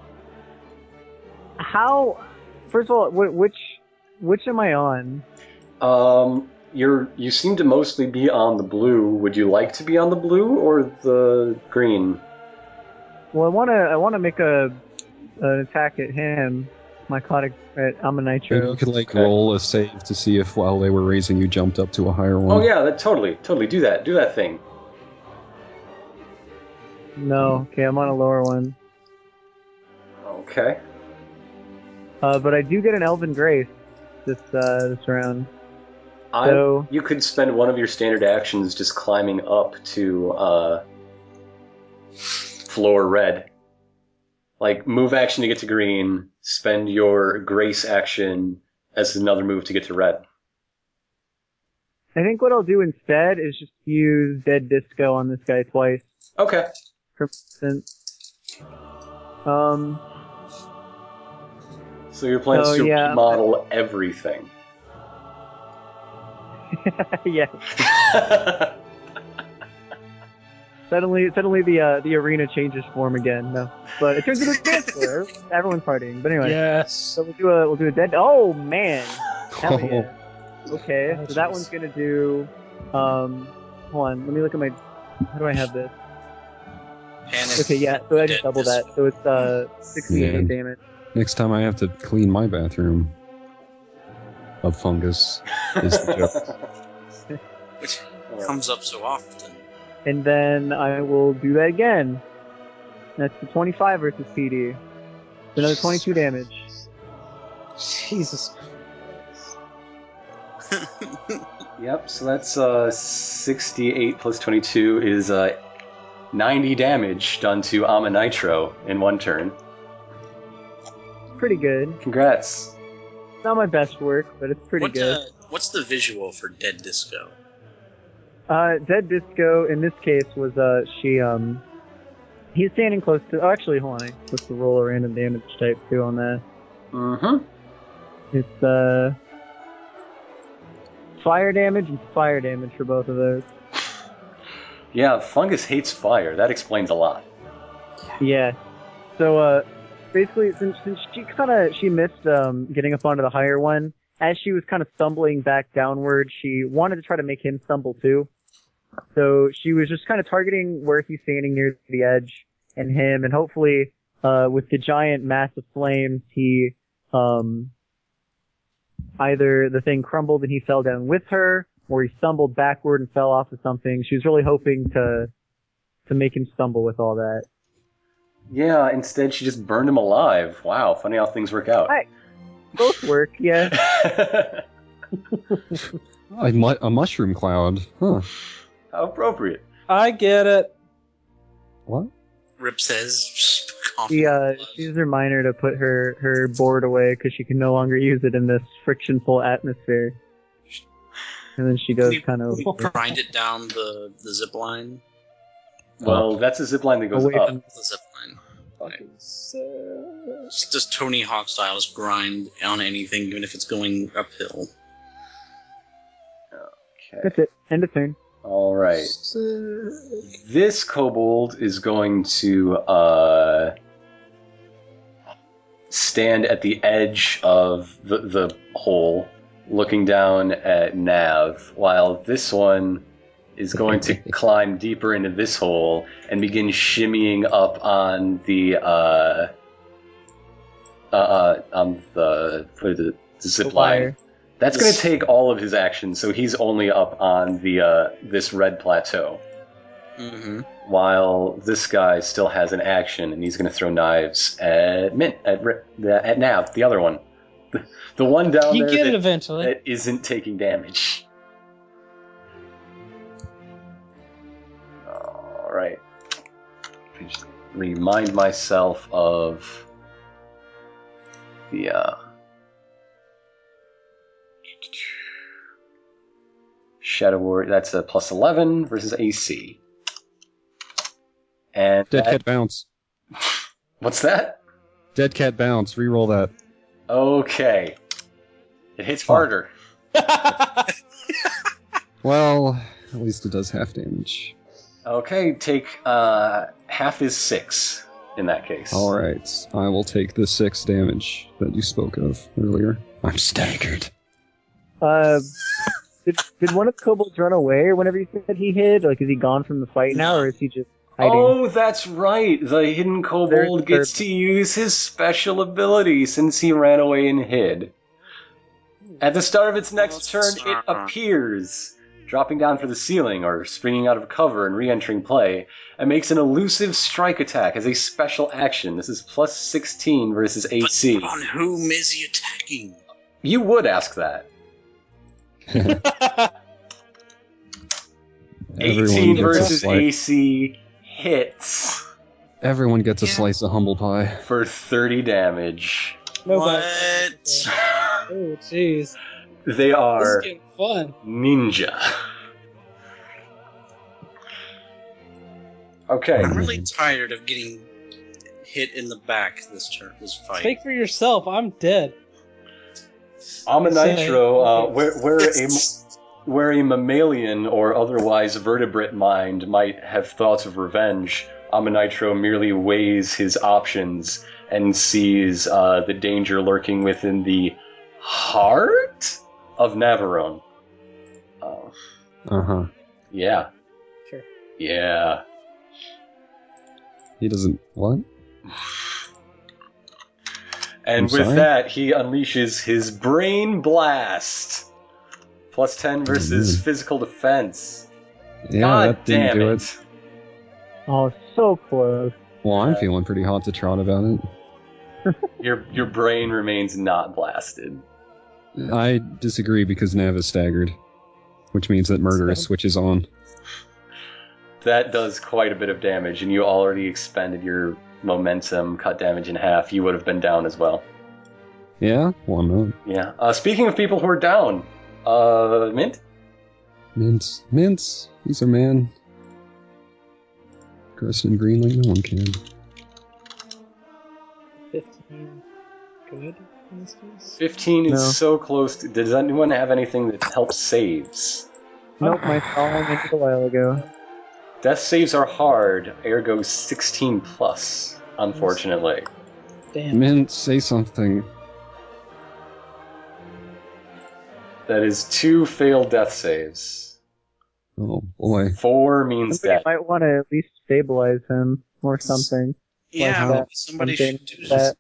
how? First of all, wh- which which am I on?
Um, you're, you seem to mostly be on the blue. Would you like to be on the blue or the green?
Well, I wanna I wanna make a an attack at him. Mycotic at
Maybe you
Amanitro.
could like
Okay.
roll a save to see if while they were raising you jumped up to a higher one.
Oh, yeah, that, totally, totally. Do that. Do that thing.
No, okay, I'm on a lower one.
Okay.
Uh, but I do get an Elven Grace this uh, this round.
Uh,
I,
So
You could spend one of your standard actions just climbing up to uh, floor red. Like move action to get to green, spend your grace action as another move to get to red.
I think what I'll do instead is just use Dead Disco on this guy twice.
Okay.
Since, um,
So your plan
Oh,
is to
yeah.
remodel everything.
yeah, Suddenly, suddenly the uh, the arena changes form again. No, but it turns into a dance floor. Everyone's partying. But anyway,
Yes.
so we'll do a we'll do a dead. Oh man, hell
Oh.
yeah. Okay,
Oh,
so that
jeez.
one's gonna do. Um, hold on, let me look at my. How do I have this?
Panic.
Okay, yeah. So I just
Dead
double that.
disco.
So it's uh 68
Yeah.
damage.
Next time I have to clean my bathroom of fungus. Is the
Which comes up so often.
And then I will do that again. That's the 25 versus PD. It's another 22 damage.
Jesus.
yep. So that's uh, sixty-eight plus twenty-two is uh, 90 damage done to Amanitro in one turn.
Pretty good.
Congrats.
Not my best work, but it's pretty
what,
good.
Uh, what's the visual for Dead Disco?
Uh, Dead Disco in this case was uh she um he's standing close to oh actually hold on I'm supposed to roll a random damage type too on that
Mm-hmm.
it's uh fire damage and fire damage for both of those
Yeah, fungus hates fire. That explains a lot.
yeah so uh basically since since she kind of she missed um getting up onto the higher one as she was kind of stumbling back downward she wanted to try to make him stumble too so she was just kind of targeting where he's standing near the edge and him and hopefully uh with the giant mass of flames he um either the thing crumbled and he fell down with her or he stumbled backward and fell off of something she was really hoping to to make him stumble with all that
Yeah, instead she just burned him alive. Wow, funny how things work out.
I- both work yeah
A, mu- a mushroom cloud. Huh.
how appropriate.
I get it.
What?
Rip says.
She uh,
"Confident blood."
she's her minor to put her her board away because she can no longer use it in this frictionful atmosphere. And then she
Can
goes
we-
kind of
can we grind it down the the zip line.
Well, that's a zip line that goes
Away
up.
from-
The zip line.
Fucking sick.
Just, just Tony Hawk style, just grind on anything, even if it's going uphill.
Okay.
that's it. End of turn.
All right. This kobold is going to uh, stand at the edge of the, the hole, looking down at Nav, while this one is going to climb deeper into this hole and begin shimmying up on the uh, uh, uh on the, for the zip
The
line.
wire.
That's going to
Yes.
take all of his actions, so he's only up on the uh, this red plateau.
Mm-hmm.
While this guy still has an action, and he's going to throw knives at Mint at Rip- the- at Nav, the other one, the one down
You
Oh, there
get it
that,
eventually.
that isn't taking damage. All right, Let me just remind myself of the. Uh, Shadow Warrior. That's a plus 11 versus AC. And
Dead
that-
cat bounce.
what's that?
Dead cat bounce. Reroll that.
Okay. It hits harder.
Well, at least it does half damage.
Okay, take uh, half is six in that case.
All right, I will take the six damage that you spoke of earlier. I'm staggered.
Uh, did, did one of the kobolds run away or whenever you said he hid? Like, is he gone from the fight now or is he just hiding?
Oh, that's right. The hidden kobold
There's the
gets
third
to use his special ability since he ran away and hid. At the start of its next turn, it appears, dropping down from the ceiling or springing out of cover and re entering play, and makes an elusive strike attack as a special action. This is plus 16 versus AC.
But on whom is he attacking?
You would ask that.
Everyone
18
gets a
versus
slice-
AC hits
Everyone gets a
Yeah.
slice of humble pie.
for 30 damage.
No
what?
bites. Oh, jeez.
They
This is
are
getting fun.
ninja. Okay.
I'm really tired of getting hit in the back this turn, this fight.
Speak for yourself. I'm dead.
Amanitro, uh, where, where, a, where a mammalian or otherwise vertebrate mind might have thoughts of revenge, Amanitro merely weighs his options and sees uh, the danger lurking within the heart of Navarone. Uh,
Uh huh.
yeah.
Sure.
Yeah.
He doesn't. What?
And
I'm
with
sorry?
that, he unleashes his brain blast. Plus 10 versus
Mhm.
physical defense.
Yeah,
God
that didn't
damn
do
it.
it.
Oh, so close.
Well, I'm
Yeah.
feeling pretty hot to trot about it.
Your your brain remains not blasted.
I disagree because Nav is staggered, which means that murderous switches on.
That does quite a bit of damage, and you already expended your momentum, cut damage in half. You would have been down as well.
Yeah, one up.
Yeah. Uh, speaking of people who are down, uh, Mint?
Mints. Mints. These are man. Dressed in green like no one can.
15 good in this case?
15 is
No.
so close. To, does anyone have anything that helps saves?
Nope, my following ended a while ago.
Death saves are hard, ergo 16 plus, unfortunately.
Damn.
Mint, say something.
That is two failed death saves.
Oh boy.
Four means
Somebody
death.
might want to at least stabilize him or something.
Yeah,
that,
somebody should
something like
do this.
that.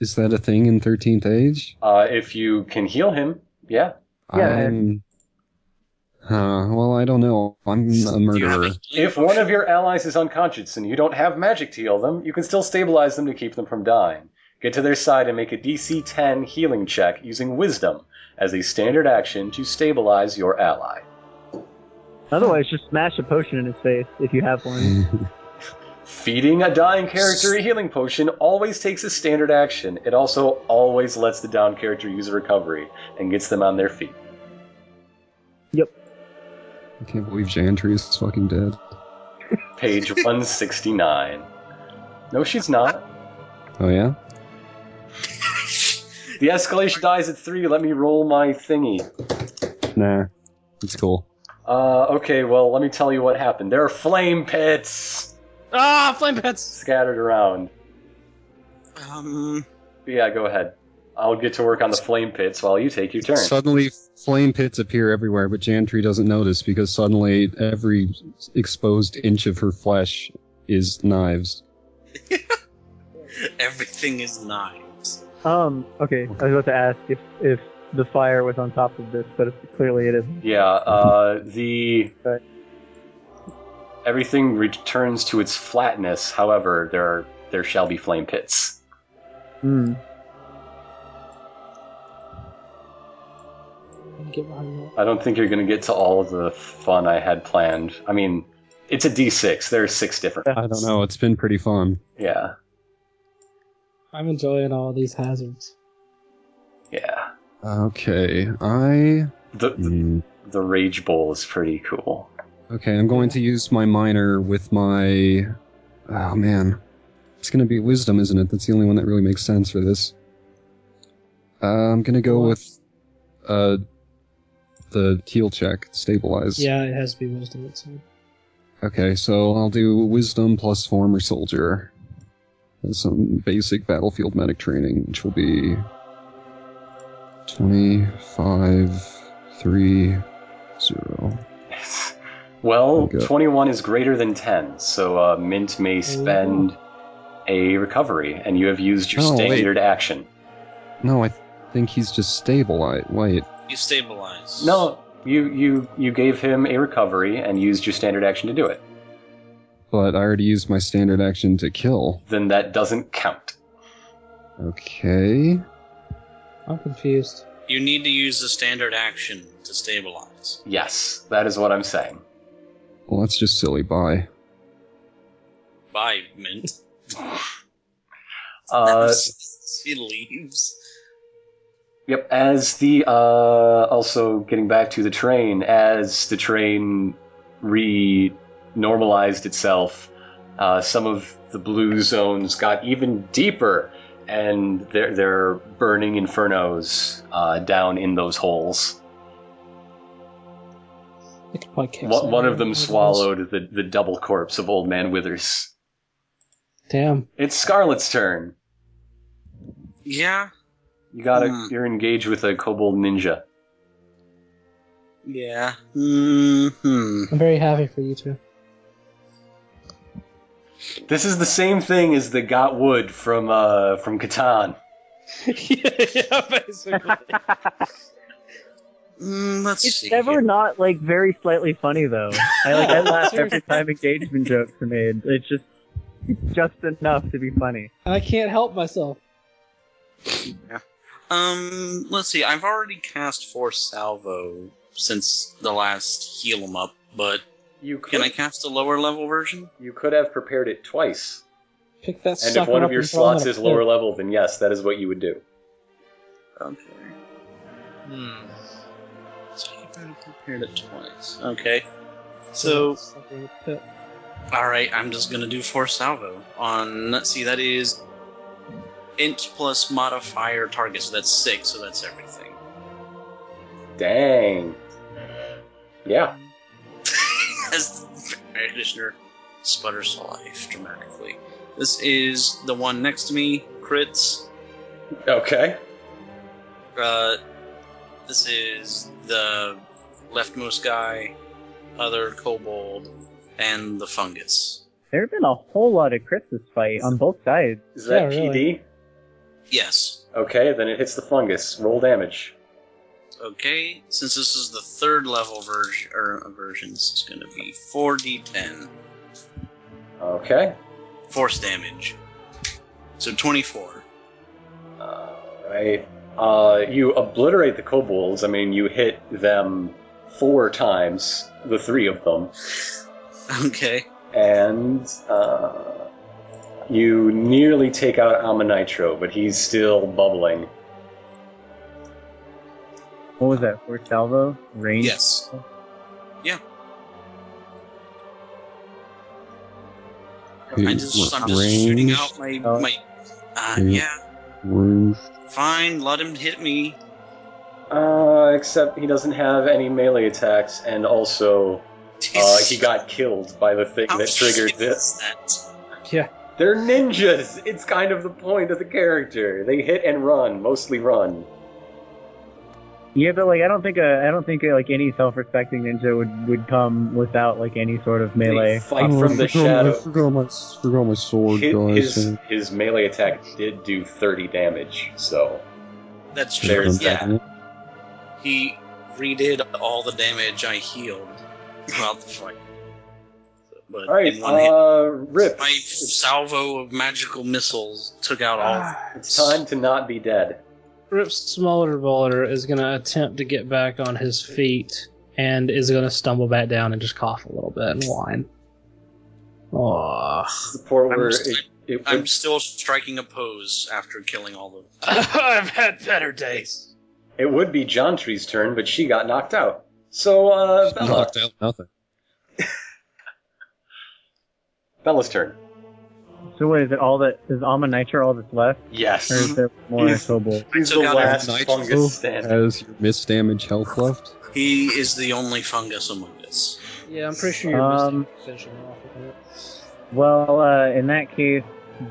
Is that a thing in 13th age?
Uh, if you can heal him, yeah.
Yeah.
I'm. Huh, well, I don't know. I'm a
Do you have
murderer.
a
If one of your allies is unconscious and you don't have magic to heal them, you can still stabilize them to keep them from dying. Get to their side and make a DC 10 healing check using Wisdom as a standard action to stabilize your ally.
Otherwise, just smash a potion in his face if you have one.
Feeding a dying character a healing potion always takes a standard action. It also always lets the down character use a recovery and gets them on their feet.
I can't believe Jantry is fucking dead.
Page 169. No, she's not.
Oh yeah?
The escalation dies at three. Let me roll my thingy.
Nah. It's cool.
Uh, okay, well, let me tell you what happened. There are flame pits
Ah, flame pits.
scattered around.
Um,
Yeah, go ahead. I'll get to work on the flame pits while you take your turn.
Suddenly, flame pits appear everywhere, but Jantry doesn't notice because suddenly every exposed inch of her flesh is knives.
everything is knives.
um, okay, I was about to ask if if the fire was on top of this, but it's, clearly it isn't.
Yeah, uh, the.
Right.
Everything returns to its flatness, however, there are, there shall be flame pits.
Hmm.
Get behind that.
I don't think you're gonna get to all of the fun I had planned. I mean, it's a d6, there are six different.
I don't know, it's been pretty fun.
Yeah,
I'm enjoying all these hazards.
yeah.
Okay, I.
The, the,
hmm.
the Rage Bowl is pretty cool.
Okay, I'm going to use my minor with my. Oh man, it's gonna be wisdom, isn't it? That's the only one that really makes sense for this. Uh, I'm gonna go with, uh, the heal check, stabilize.
Yeah, it has to be wisdom. It's fine.
Okay, so I'll do wisdom plus former soldier. And some basic battlefield medic training, which will be 25, 3, 0.
Well,
Okay.
21 is greater than 10, so uh, Mint
Oh.
may spend a recovery, and you have used your
Oh, wait.
standard action.
No, I think he's just stabilize. Wait.
You stabilize.
No, you, you, you gave him a recovery and used your standard action to do it.
but I already used my standard action to kill.
Then that doesn't count.
Okay.
I'm confused.
You need to use the standard action to stabilize.
Yes, that is what I'm saying.
Well, that's just silly. Bye.
Bye, Mint.
Uh,
she leaves.
Yep. As the uh, also getting back to the train, as the train re-normalized itself, uh, some of the blue zones got even deeper, and they're, they're burning infernos uh, down in those holes.
I could probably kick
One,
some
one of
of
them
those.
swallowed the, the double corpse of Old Man Withers.
Damn.
It's Scarlet's turn.
Yeah.
You gotta.
Hmm.
You're engaged with a kobold ninja.
Yeah. Hmm.
I'm very happy for you two.
This is the same thing as the Got Wood from uh, from Catan.
yeah, yeah, basically.
Mm, let's
It's
see.
never
here.
not like very slightly funny though. I like I laugh every time engagement jokes are made. It's just just enough to be funny.
and I can't help myself.
Um, let's see. I've already cast four salvo since the last heal 'em up, but
You could,
Can I cast a lower level version?
you could have prepared it twice.
Pick that
And
sucker
if one
up
of your
and throw him in
slots
a
is
pit.
lower level, then yes, that is what you would do.
Okay. Hmm. So you better prepared it twice. Okay. So
Sucker in a pit.
all right, I'm just gonna do four salvo on. Let's see, that is int plus modifier target, so that's six, so that's everything.
Dang. Yeah.
As the air conditioner sputters to life dramatically. This is the one next to me. Crits.
Okay.
Uh, this is the leftmost guy, other kobold, and the fungus.
There have been a whole lot of crits this fight on both sides.
Is that
Yeah, really.
PD?
Yes.
Okay, then it hits the fungus. Roll damage.
Okay. Since this is the third level version, or uh, version, this is going to be 4d10
Okay.
force damage. So 24.
Alright. Uh, you obliterate the kobolds. I mean, you hit them four times, the three of them,
Okay.
and uh, you nearly take out Amonitro, but he's still bubbling.
What was that? Four salvo range.
Yes. Yeah. I just, I'm just shooting
Ranged?
out my
Oh.
my. Uh,
Yeah.
yeah.
Roof.
Fine. Let him hit me.
Uh, except he doesn't have any melee attacks, and also uh, he got killed by the thing
How
that triggered
shitty
this.
is That?
They're ninjas. It's kind of the point of the character. They hit and run, mostly run.
Yeah, but like I don't think a, I don't think uh like any self-respecting ninja would would come without like any sort of melee.
They fight from the
I
shadow.
uh, forgot my, forgot my sword,
Hi-
guys.
His his melee attack did do thirty damage, so
That's true.
There's
yeah. He redid all the damage I healed throughout the fight. But
all right.
in one hit,
Uh, rip.
my
It's,
salvo of magical missiles took out all.
it's time to not be dead.
Rip Smolderboulder is going to attempt to get back on his feet and is going to stumble back down and just cough a little bit and whine. Aw.
The part
I'm
where
just-
it, it
I'm
whips,
still striking a pose after killing all the.
I've had better days.
it would be Jontree's turn, but she got knocked out. So uh, Bella,
Knocked out nothing.
Bella's turn.
So what is it? All that is Alma Nitro all that's left,
Yes,
or is there more
He's-
kobold?
he's the
took out
last
every
fungus
nitro.
standing.
Has your missed damage health left?
He is the only fungus among us.
Yeah, I'm pretty sure you're
Um,
um, finishing him off with it.
Well, uh, in that case,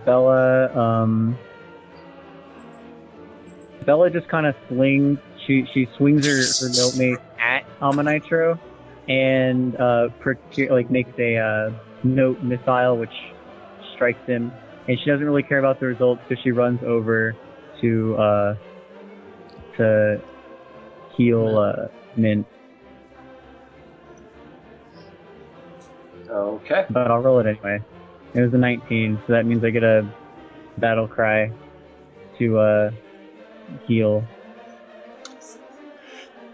Bella, um, Bella just kind of slings. She she swings her, her note mace at Amonitro, and uh, procu- like makes a uh, note missile which strikes him, and she doesn't really care about the results, so she runs over to uh, to heal uh, Mint.
Okay.
but I'll roll it anyway. It was a 19, so that means I get a battle cry to uh, heal.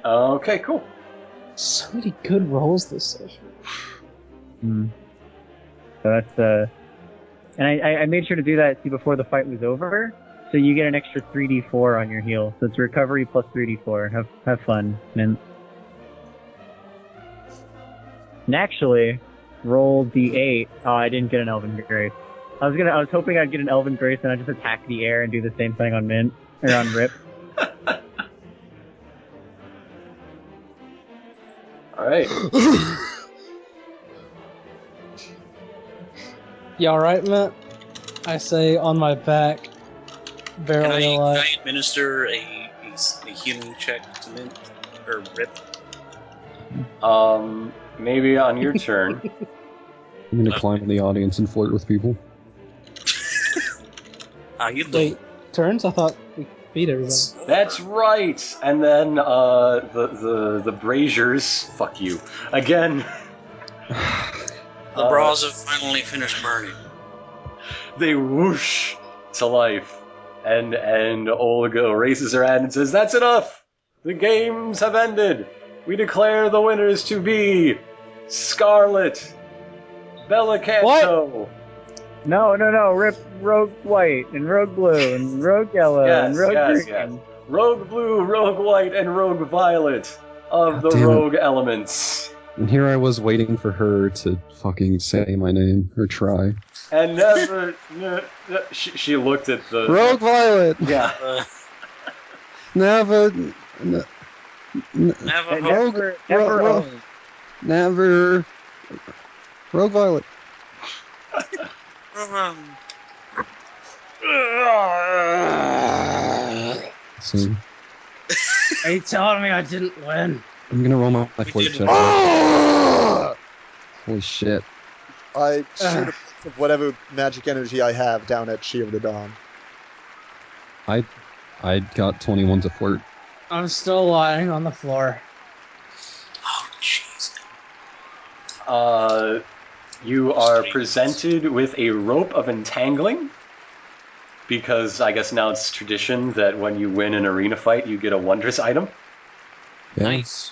Okay. Cool.
So many good rolls this session.
Mm. So that's uh, and I, I- I made sure to do that see before the fight was over, so you get an extra 3d4 on your heal. So it's recovery plus 3d4. Have have fun, man. And actually, roll d8. Oh, I didn't get an Elven Grace. I was gonna. I was hoping I'd get an Elven Grace and I just attack the air and do the same thing on Mint or on Rip.
All right.
You alright, Matt? I say on my back,
Can
barely
I, can
alive.
I administer a, a s- a healing check to Mint or Rip?
Um, maybe on your turn.
I'm gonna
Okay.
climb in the audience and flirt with people.
Ah, you little.
Wait, turns? I thought we beat everybody.
That's
Uh,
right. And then uh, the the the braziers. Fuck you again. Uh,
The bras have finally finished burning.
They whoosh to life, and and Olga raises her hand and says, "That's enough. The games have ended. We declare the winners to be Scarlet, Belacanto.
No, no, no. Rip Rogue White and Rogue Blue and Rogue Yellow and
Yes,
Rogue
yes,
Green.
Rogue Blue, Rogue White, and Rogue Violet of
God
the
damn it.
Rogue Elements.
And here I was waiting for her to fucking say my name or try.
And never. n- n- she, she looked at the.
Rogue Violet!
Yeah.
Uh,
Never. n- n-
Navajo.
Rogue-
And never,
Ro-
never
Ro-
owned.
Never. Rogue Violet.
Um, Oh,
So
He told me I didn't win.
I'm gonna roll my, my
We
fort
did
check.
Ah!
Holy shit.
I shoot a piece of whatever magic energy I have down at She of the Dawn.
I got 21 to flirt.
I'm still lying on the floor.
oh, jeez.
Uh, you are
Straight.
presented with a rope of entangling. Because I guess now it's tradition that when you win an arena fight, you get a wondrous item.
Yeah.
Nice.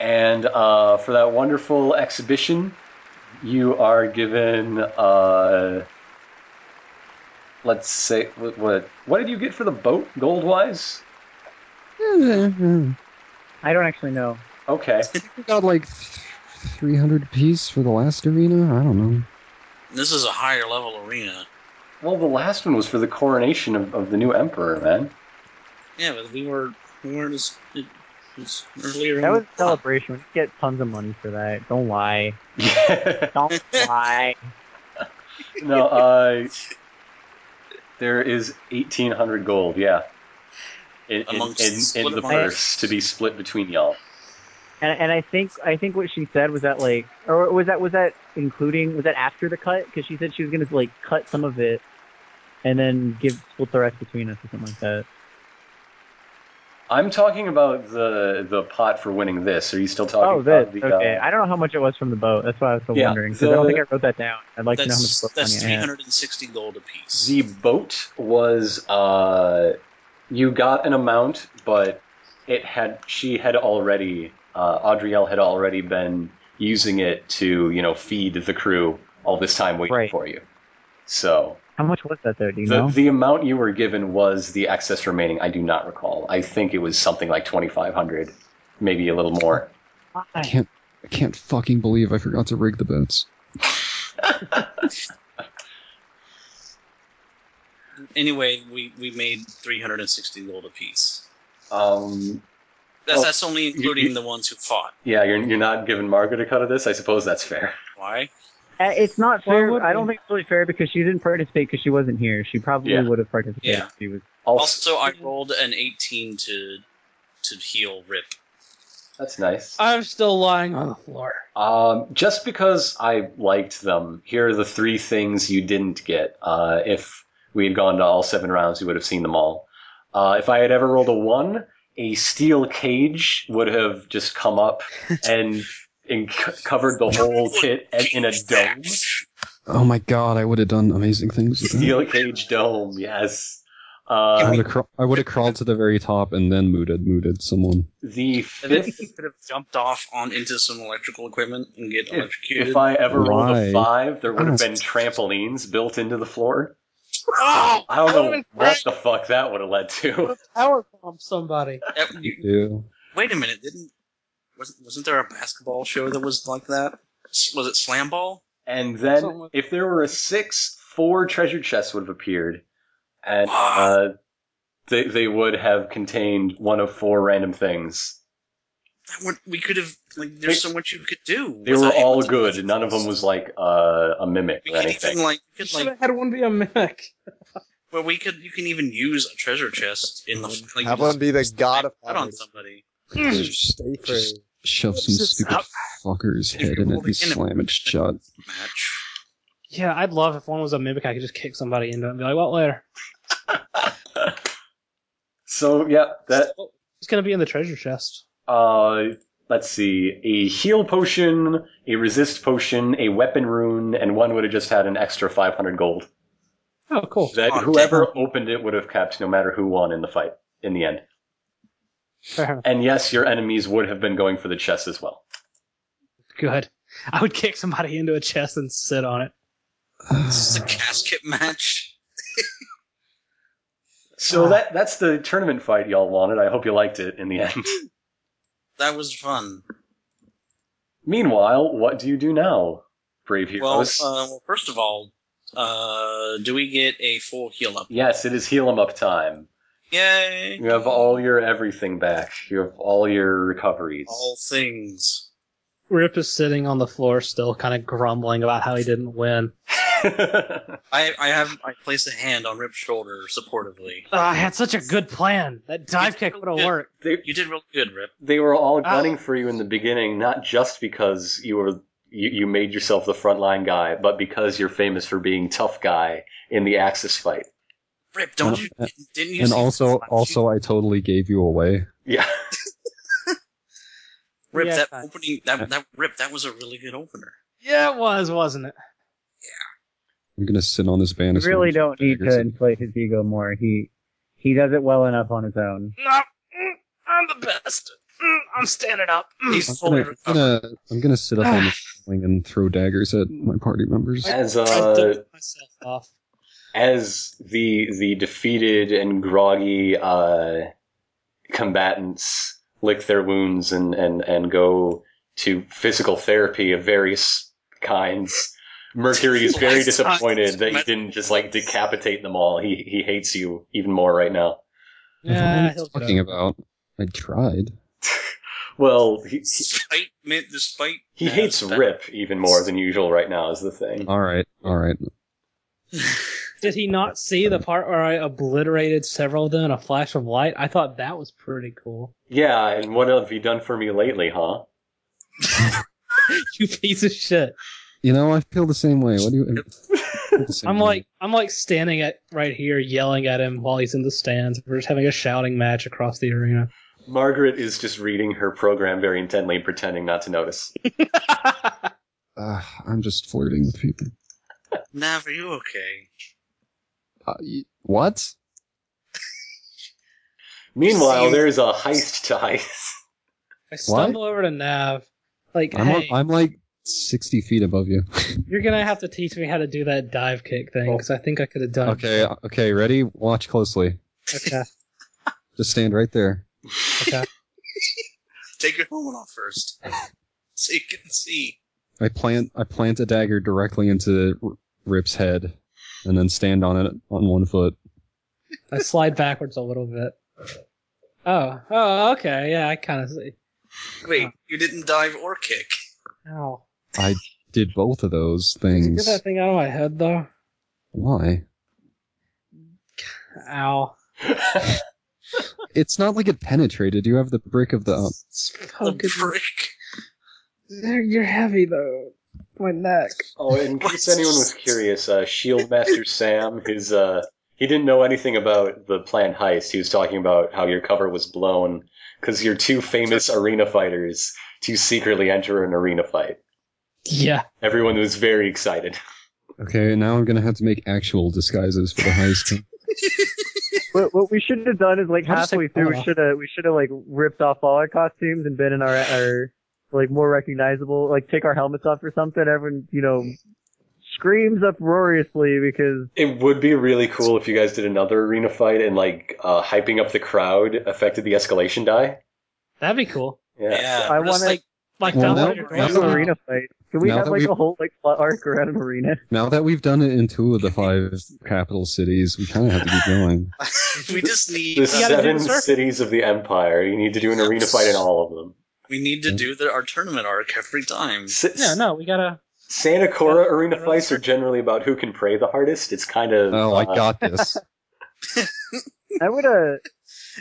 And uh, for that wonderful exhibition, you are given. Uh, let's say what, what what did you get for the boat gold wise?
I
I don't actually know.
Okay,
think we got like th- 300 piece for the last arena. I don't know.
This is a higher level arena.
well the last one was for the coronation of, of the new emperor, man.
Yeah, but we were we weren't as it was earlier.
That
in
was
the-
a celebration. We get tons of money for that. Don't lie. Don't lie.
no, uh, there is eighteen hundred gold. Yeah, in in,
Amongst-
in, in
split
the
amongst-
purse to be split between y'all.
And, and I think I think what she said was that like, or was that was that including was that after the cut? Because she said she was gonna like cut some of it, and then give split the rest between us or something like that.
I'm talking about the the pot for winning this. Are you still talking
Oh,
about
this
the?
okay.
Uh,
I don't know how much it was from the boat. That's why I was so
Yeah,
wondering because I don't
the-
think I wrote that down. I'd like to know how much
that's
boat
that's
money I
three
had.
hundred and sixty gold apiece.
the boat was uh, you got an amount, but it had she had already uh, Audriel had already been using it to you know feed the crew all this time waiting
Right.
for you. So
How much was that though? Do you
The,
know?
the amount you were given was the excess remaining. I do not recall. I think it was something like 2,500, maybe a little more.
I can't. I can't fucking believe I forgot to rig the boats.
Anyway, we, we made three hundred and sixty gold apiece.
Um,
That's
Oh,
that's only including
you-
the ones who fought.
yeah, you're, you're not giving Margaret a cut of this? I suppose that's fair.
Why?
Uh, It's not
Why
fair.
would
I don't
we?
think it's really fair because she didn't participate because she wasn't here. She probably
Yeah.
would have participated
Yeah.
if she was.
Also,
Also, I rolled an eighteen to to heal Rip.
that's nice.
I'm still lying on the floor.
Um, just because I liked them, here are the three things you didn't get. Uh, if we had gone to all seven rounds, you would have seen them all. Uh, if I had ever rolled a one, a steel cage would have just come up and, and c- covered the whole pit a- in a dome.
Oh my god, I would have done amazing things with that.
Steel cage dome, yes.
I would
Uh,
have cra- I would have crawled to the very top and then mooted mooted someone.
the
And then
fifth,
he could have jumped off on into some electrical equipment and get
if,
electrocuted.
if I ever rolled a
Why?
five, there would have been trampolines built into the floor.
Oh!
I don't know what the fuck that would have led to.
Power bomb somebody.
That- you-
Ew.
wait a minute, didn't wasn't wasn't there a basketball show that was like that? S- Was it Slam Ball?
And then,
Someone-
if there were a six, four treasure chests would have appeared, and uh, they they would have contained one of four random things.
That would, we could have like. There's so much you could do.
They were
without
all
even-
good. None of them was like uh, a mimic
We
or
could
anything.
even like, we
You
could,
should
like
have had one be a mimic.
where we could you can even use a treasure chest in the like.
Have one be the god of
bet on
poverty.
somebody.
Just,
Stay free.
just shove some
Just
stupid
up.
fucker's
If you're
head in it
holding
and
in a-
slam it shut.
Match.
Yeah, I'd love if one was a mimic. I could just kick somebody into it and be like, "Well, later."
So yeah, that
Oh, It's gonna be in the treasure chest.
uh, let's see, a heal potion, a resist potion, a weapon rune, and one would have just had an extra five hundred gold.
Oh, cool.
That
Oh, damn.
whoever opened it would have kept, no matter who won in the fight in the end.
Fair enough.
And yes, your enemies would have been going for the chest as well.
Good. I would kick somebody into a chest and sit on it.
This is a casket match.
So
Ah.
that that's the tournament fight y'all wanted. I hope you liked it in the end.
That was fun.
Meanwhile, what do you do now, brave
Well, uh,
heroes?
well, first of all, uh, do we get a full heal up?
yes, it is heal 'em up time.
Yay!
You have all your everything back. You have all your recoveries.
all things.
Rip is sitting on the floor still, kind of grumbling about how he didn't win.
I, I have I place a hand on Rip's shoulder supportively.
Oh, I had such a good plan. That dive kick would have worked.
they
You did really good, Rip.
they were all gunning for you in the beginning, not just because you were you, you made yourself the frontline guy, but because you're famous for being tough guy in the Axis fight.
Rip, don't
And-
you didn't- didn't you?
And
see-
also, also, I totally gave you away.
Yeah.
Rip
Yeah,
that
fine.
opening that that Rip that was a really good opener.
Yeah, it was, wasn't it?
I'm gonna sit on this
You
banister.
really
and-
don't need to
Ferguson.
inflate his ego more. He he does it well enough on his own.
No, mm, I'm the best. Mm, I'm standing up. Mm.
He's
I'm
fully
gonna, I'm
recovered.
gonna, I'm gonna sit up on the ceiling and throw daggers at my party members.
As
I
uh,
dug myself off.
as the the defeated and groggy uh, combatants lick their wounds and, and, and go to physical therapy of various kinds, Mercury is very disappointed that you didn't just like decapitate them all. He he hates you even more right now.
Yeah,
What
he'll
am
get
I talking about? I tried.
Well, he
Despite man, despite
he
uh,
hates
that-
Rip even more than usual right now is the thing.
All right, all right.
Did he not see the part where I obliterated several of them in a flash of light? I thought that was pretty cool.
Yeah, and what have you done for me lately, huh?
you piece of shit.
You know, I feel the same way. What do you? I feel the same
I'm
way.
like I'm like standing at right here yelling at him while he's in the stands. We're just having a shouting match across the arena.
Margaret is just reading her program very intently, pretending not to notice.
Ah, I'm just flirting with people.
Nav, are you okay?
Uh, y- what?
Meanwhile,
See you-
there's a heist to heist.
I stumble over to Nav. Like,
I'm,
hey,
i I'm like 60 feet above you.
you're gonna have to teach me how to do that dive kick thing because I think I could have done.
Oh.
it.
Okay, okay. Ready? Watch closely.
Okay.
Just stand right there.
Okay.
Take your helmet off first, so you can see.
I plant I plant a dagger directly into R- Rip's head, and then stand on it on one foot.
I slide backwards a little bit. Oh. Oh. Okay. Yeah. I kind of see.
Wait,
Oh.
you didn't dive or kick.
Ow.
Did both of those
Did you get
things?
that thing out of my head though?
Why?
Ow.
It's not like it penetrated. You have the brick of the. Um,
Oh,
the
goodness.
brick.
You're you're heavy though. My neck.
Oh, in case anyone was curious, uh, Shield Master Sam, his uh, he didn't know anything about the planned heist. He was talking about how your cover was blown because you're two famous arena fighters to secretly enter an arena fight.
Yeah.
Everyone was very excited.
okay, now I'm gonna have to make actual disguises for the heist.
What, what we should have done is like
Why does it
halfway through, we
fall?
should have we should have like ripped off all our costumes and been in our our like more recognizable. Like take our helmets off or something. Everyone you know screams uproariously because
It would be really cool if you guys did another arena fight and like uh, hyping up the crowd affected the escalation die.
That'd be cool.
Yeah.
Yeah,
I
we're just
wanna-
like
Like
Well,
that's
now-
what you're
now
going
that
for.
we-
arena fight. Can we
Now
have
that
like
we-
a whole like plot arc around an arena?
now that we've done it in two of the five capital cities, we kind of have to keep going.
we just need.
The
uh,
gotta do
seven
the circuit.
cities of the empire. You need to do an arena fight in all of them.
we need to do the, our tournament arc every time.
S-
Yeah, no, we gotta.
Santa Cora arena fights are generally about who can pray the hardest. It's kind of
Oh, I
uh,
got this.
I would uh,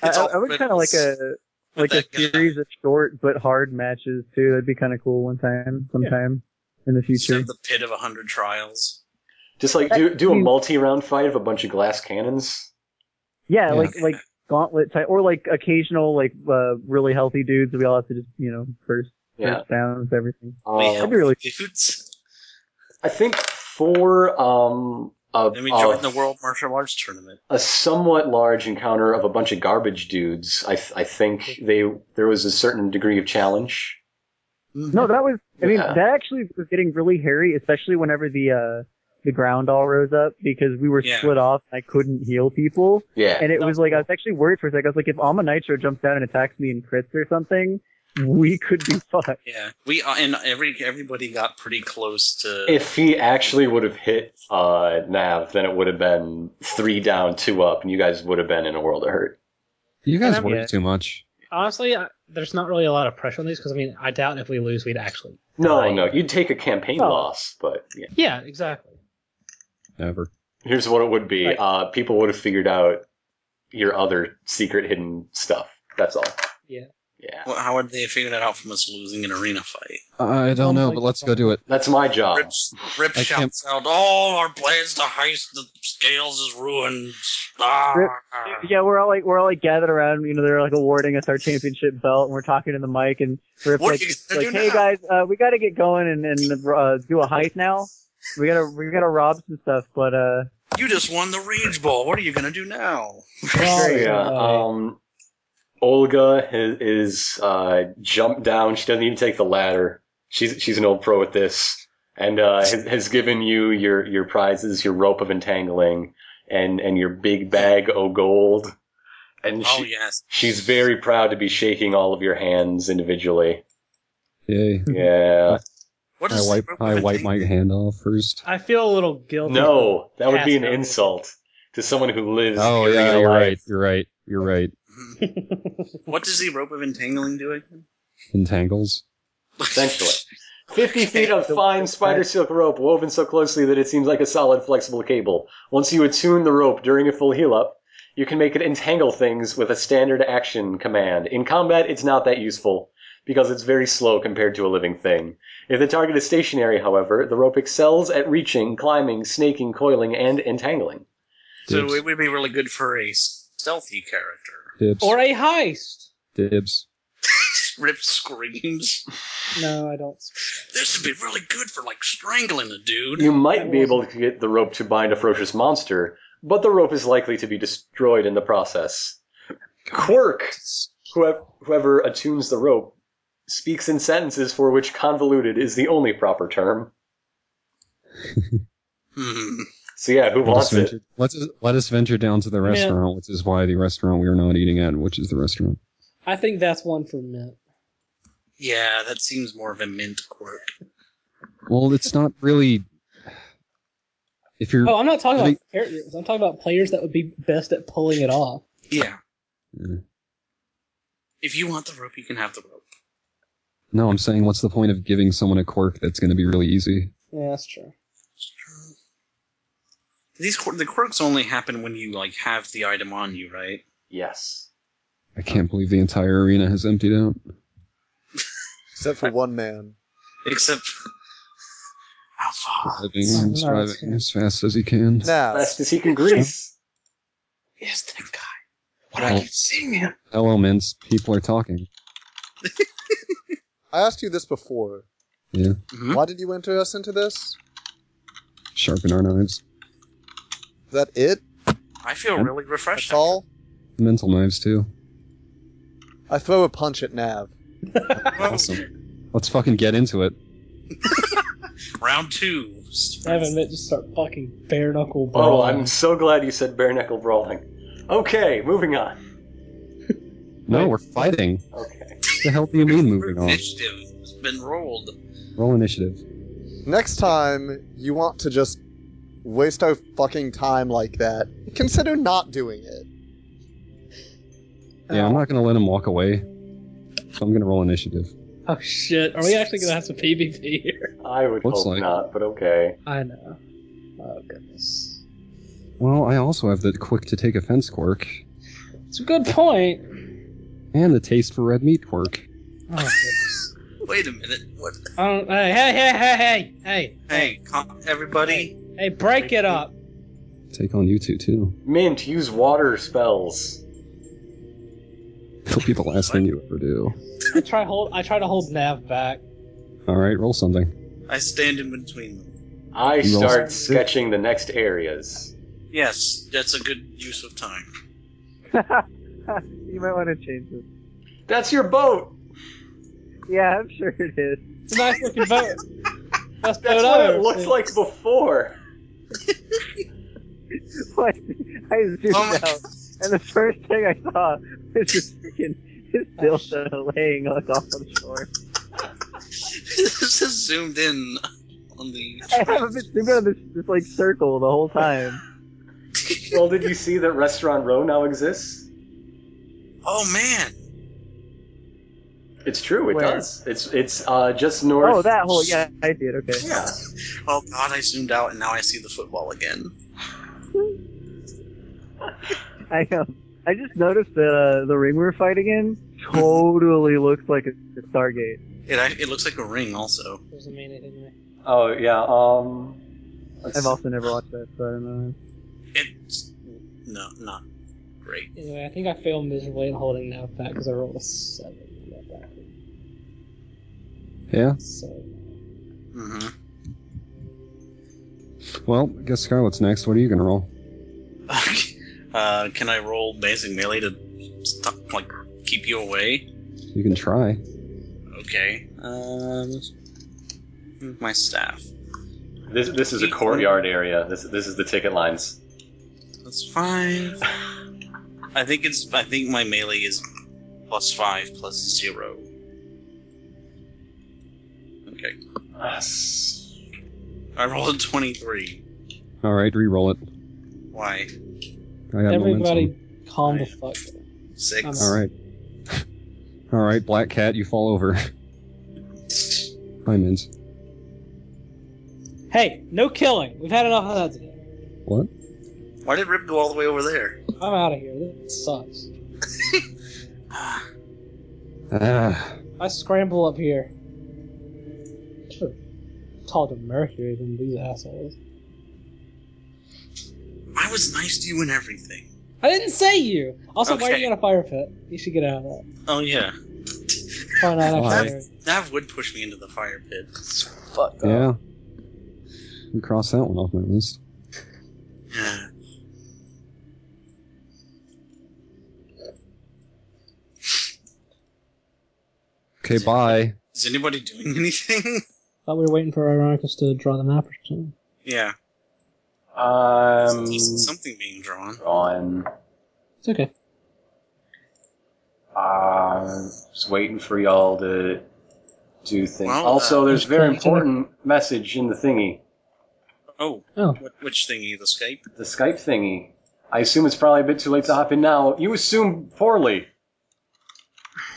I,
It's
I,
all
I would kind of like
riddles.
a like a
that guy.
series of short but hard matches too. That'd be kind of cool one time, sometime in the
Instead
future.
of the pit of a hundred trials.
just like do do a multi-round fight of a bunch of glass cannons.
Yeah,
Yeah.
like like gauntlet type, or like occasional like uh, really healthy dudes. We all have to just you know first
Yeah,
first downs everything.
We
Um,
That'd be really
Dudes.
I think for um a,
And we
a-
joined the World Martial Arts Tournament.
a somewhat large encounter of a bunch of garbage dudes. I th- I think they there was a certain degree of challenge. Uh,
No, that was. I mean,
Yeah.
that actually was getting really hairy, especially whenever the uh, the ground all rose up because we were
Yeah.
split off. And I couldn't heal people,
Yeah.
and it was like I was actually worried for a second. I was like, if Alma Nitro jumps down and attacks me and crits or something, we could be fucked.
Yeah, we uh, and every everybody got pretty close to.
If he actually would have hit uh, Nav, then it would have been three down, two up, and you guys would have been in a world of hurt.
You guys
I'm-
worry
yeah.
too much.
Honestly, I, there's not really a lot of pressure on these because I mean, I doubt if we lose, we'd actually.
No,
Right.
no, you'd take a campaign
Oh.
loss, but yeah.
Yeah, exactly.
Never.
here's what it would be:
Right.
uh, people would have figured out your other secret hidden stuff. That's all.
Yeah.
Yeah.
Well, how would they have figured that out from us losing an arena fight?
I don't know,
my
but let's go do it.
That's my job.
Rips, Rip
Oh. I can't-
shouts out, "All our plans to heist the scales is ruined." Ah.
Rip- Yeah, we're all like we're all like gathered around. You know, they're like awarding us our championship belt, and we're talking in the mic, and we're
What are
like,
you gonna
like,
do
hey
now?"
guys, uh, we got to get going and and uh, do a heist now. We gotta we gotta rob some stuff, but uh,
You just won the rage ball. What are you gonna do now?
Oh,
So,
Sorry.
yeah. Um, Olga is, is uh, jumped down. She doesn't even take the ladder. She's she's an old pro at this, and uh, has, has given you your your prizes, your rope of entangling, and and your big bag o gold. And
Oh
she,
yes,
she's very proud to be shaking all of your hands individually.
Yay.
Yeah.
what
I
is
wipe I wipe my hand off first.
I feel a little guilty.
No, that would be an
Castro.
insult to someone who lives.
Oh
the
yeah,
arena
you're
life.
right. You're right. You're right.
Hmm. what does the rope of entangling do again?
Entangles.
Essentially. 50 feet of fine spider silk rope woven so closely that it seems like a solid flexible cable. Once you attune the rope during a full heal up, you can make it entangle things with a standard action command. In combat, it's not that useful because it's very slow compared to a living thing. If the target is stationary, however, the rope excels at reaching, climbing, snaking, coiling, and entangling.
so
Dibs.
it would be really good for a stealthy character.
Dibs.
Or a heist.
Dibs.
Rip screams.
No, I don't.
This would be really good for like strangling a dude.
You might be able to get the rope to bind a ferocious monster, but the rope is likely to be destroyed in the process. Quirk, whoever, whoever attunes the rope, speaks in sentences for which convoluted is the only proper term.
Hmm.
So yeah, who
Let us,
wants it?
venture, let, us, let us venture down to the restaurant, which is why the restaurant we are not eating at, which is the restaurant.
I think that's one for Mint.
Yeah, that seems more of a mint quirk.
Well, it's not really. If you're
Oh, I'm not talking
I
about
think-
characters. I'm talking about players that would be best at pulling it off.
Yeah.
Mm.
If you want the rope, you can have the rope.
no, I'm saying, what's the point of giving someone a quirk that's going to be really easy?
Yeah, that's true.
These quir- the quirks only happen when you like have the item on you, right?
Yes.
I can't believe the entire arena has emptied out.
Except for one man.
Except how far?
Living and
no, it's
surviving as fast as he can.
Now,
Best as he can grease.
Yes, that guy. Why do
Oh.
I keep seeing him?
Hello, Mints. People are talking.
I asked you this before.
Yeah.
Mm-hmm.
Mhm.
Why did you enter us into this?
Sharpen our knives.
Is that it?
I feel
Hmm?
really refreshed.
That's all?
Mental knives, too.
I throw a punch at Nav.
Well,
Awesome. Let's fucking get into it.
Round two.
Having Mint just start fucking bare knuckle
Oh,
brawling.
Um,
I'm so glad you said bare knuckle brawling. Okay, moving on.
No, we're fighting.
Okay.
What the hell do you mean moving on?
Initiative has been rolled.
Roll initiative.
Next time you want to just waste our fucking time like that, consider not doing it.
Yeah, I'm
Oh.
not going to let him walk away. So I'm going to roll initiative.
Oh shit! Are we actually gonna have some PvP here?
I would
Looks
hope
like-
not, but okay.
I know. Oh goodness.
Well, I also have the quick to take offense quirk
It's a good point.
and the taste for red meat quirk.
Oh, goodness.
Wait a minute. What?
I don't, hey, hey, hey, hey, hey, hey,
Hey, calm, everybody.
hey! Break it up.
Take on you two too.
Mint, use water spells.
It'll be the last thing you ever do.
I try hold. I try to hold Nav back.
All right, roll something.
I stand in between them.
I
You roll
start
some-
sketching the next areas.
Yes, that's a good use of time.
you might want to change this.
That's your boat!
Yeah, I'm sure it is.
It's a nice looking boat.
That's
Best boat
what
I've
it
ever
looked
seen.
like before.
What? I zoomed
Oh my-
out, and the first thing I saw was just freaking his dildo laying like off on the shore.
this is zoomed in on the.
I haven't been zoomed out on this, this like circle the whole time.
Well, did you see that Restaurant Row now exists?
Oh man!
It's true. It
Where?
does. It's it's uh, just north.
Oh, that whole yeah, I see it. Okay.
Yeah.
Oh god, I zoomed out and now I see the football again.
I um, I just noticed that uh, the ring we're fighting in totally looks like a, a Stargate.
It act- it looks like a ring also.
Doesn't mean anything to me.
Oh yeah. Um. let's-
I've also never watched that, so I don't know.
It's no, not great.
Anyway, I think I failed miserably in holding Nav back because I rolled a seven. on that backward,
Yeah.
So
Mm-hmm.
Well, guess Scarlet's next. What are you gonna roll?
uh, can I roll basic melee to stop, like keep you away?
You can try.
Okay. Um, my staff.
This this is a courtyard area. This this is the ticket lines.
That's five. I think it's. I think my melee is plus five plus zero. Okay.
Ah, s-
I rolled a twenty-three.
All right, re-roll it.
Why
I got
everybody,
momentum.
calm the fuck. down.
six?
I'm
All right. All right, Black Cat, you fall over. Bye, Minz.
Hey, no killing. We've had enough of that today.
What?
Why did Rip go all the way over there?
I'm out of here. This sucks.
Ah,
I scramble up here. Should've Talked to Mercury than these assholes.
I was nice to you and everything.
I didn't say you. Also, why are
Okay.
you in a fire pit? You should get out of that.
Oh yeah,
Find out
Why?
after.
Nav would push me into the fire pit.
Fuck.
yeah. We crossed that one off my list.
Yeah.
Okay, bye.
Is anybody doing anything?
Thought we were waiting for Ironicus to draw the map or something.
yeah.
Um.
There's something being drawn.
On.
It's okay.
Uh, just waiting for y'all to do things.
Well,
also,
uh,
there's a very
can- can I-
important message in the thingy,
Oh.
Oh.
wh- Which thingy? The Skype?
the Skype thingy. I assume it's probably a bit too late to hop in now. You assume poorly.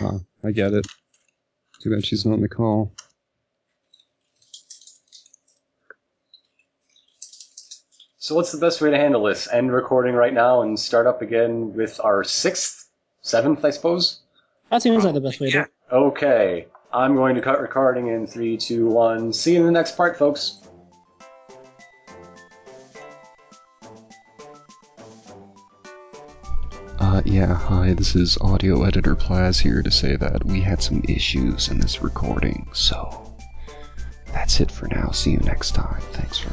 I get it. Too bad she's not in the call.
So, what's the best way to handle this? End recording right now and start up again with our sixth, seventh, I suppose.
That seems like the best way to do
Yeah.
it.
Okay, I'm going to cut recording in three, two, one. See you in the next part, folks.
Uh, yeah, hi, this is audio editor Plaz here to say that we had some issues in this recording, so that's it for now. See you next time. Thanks for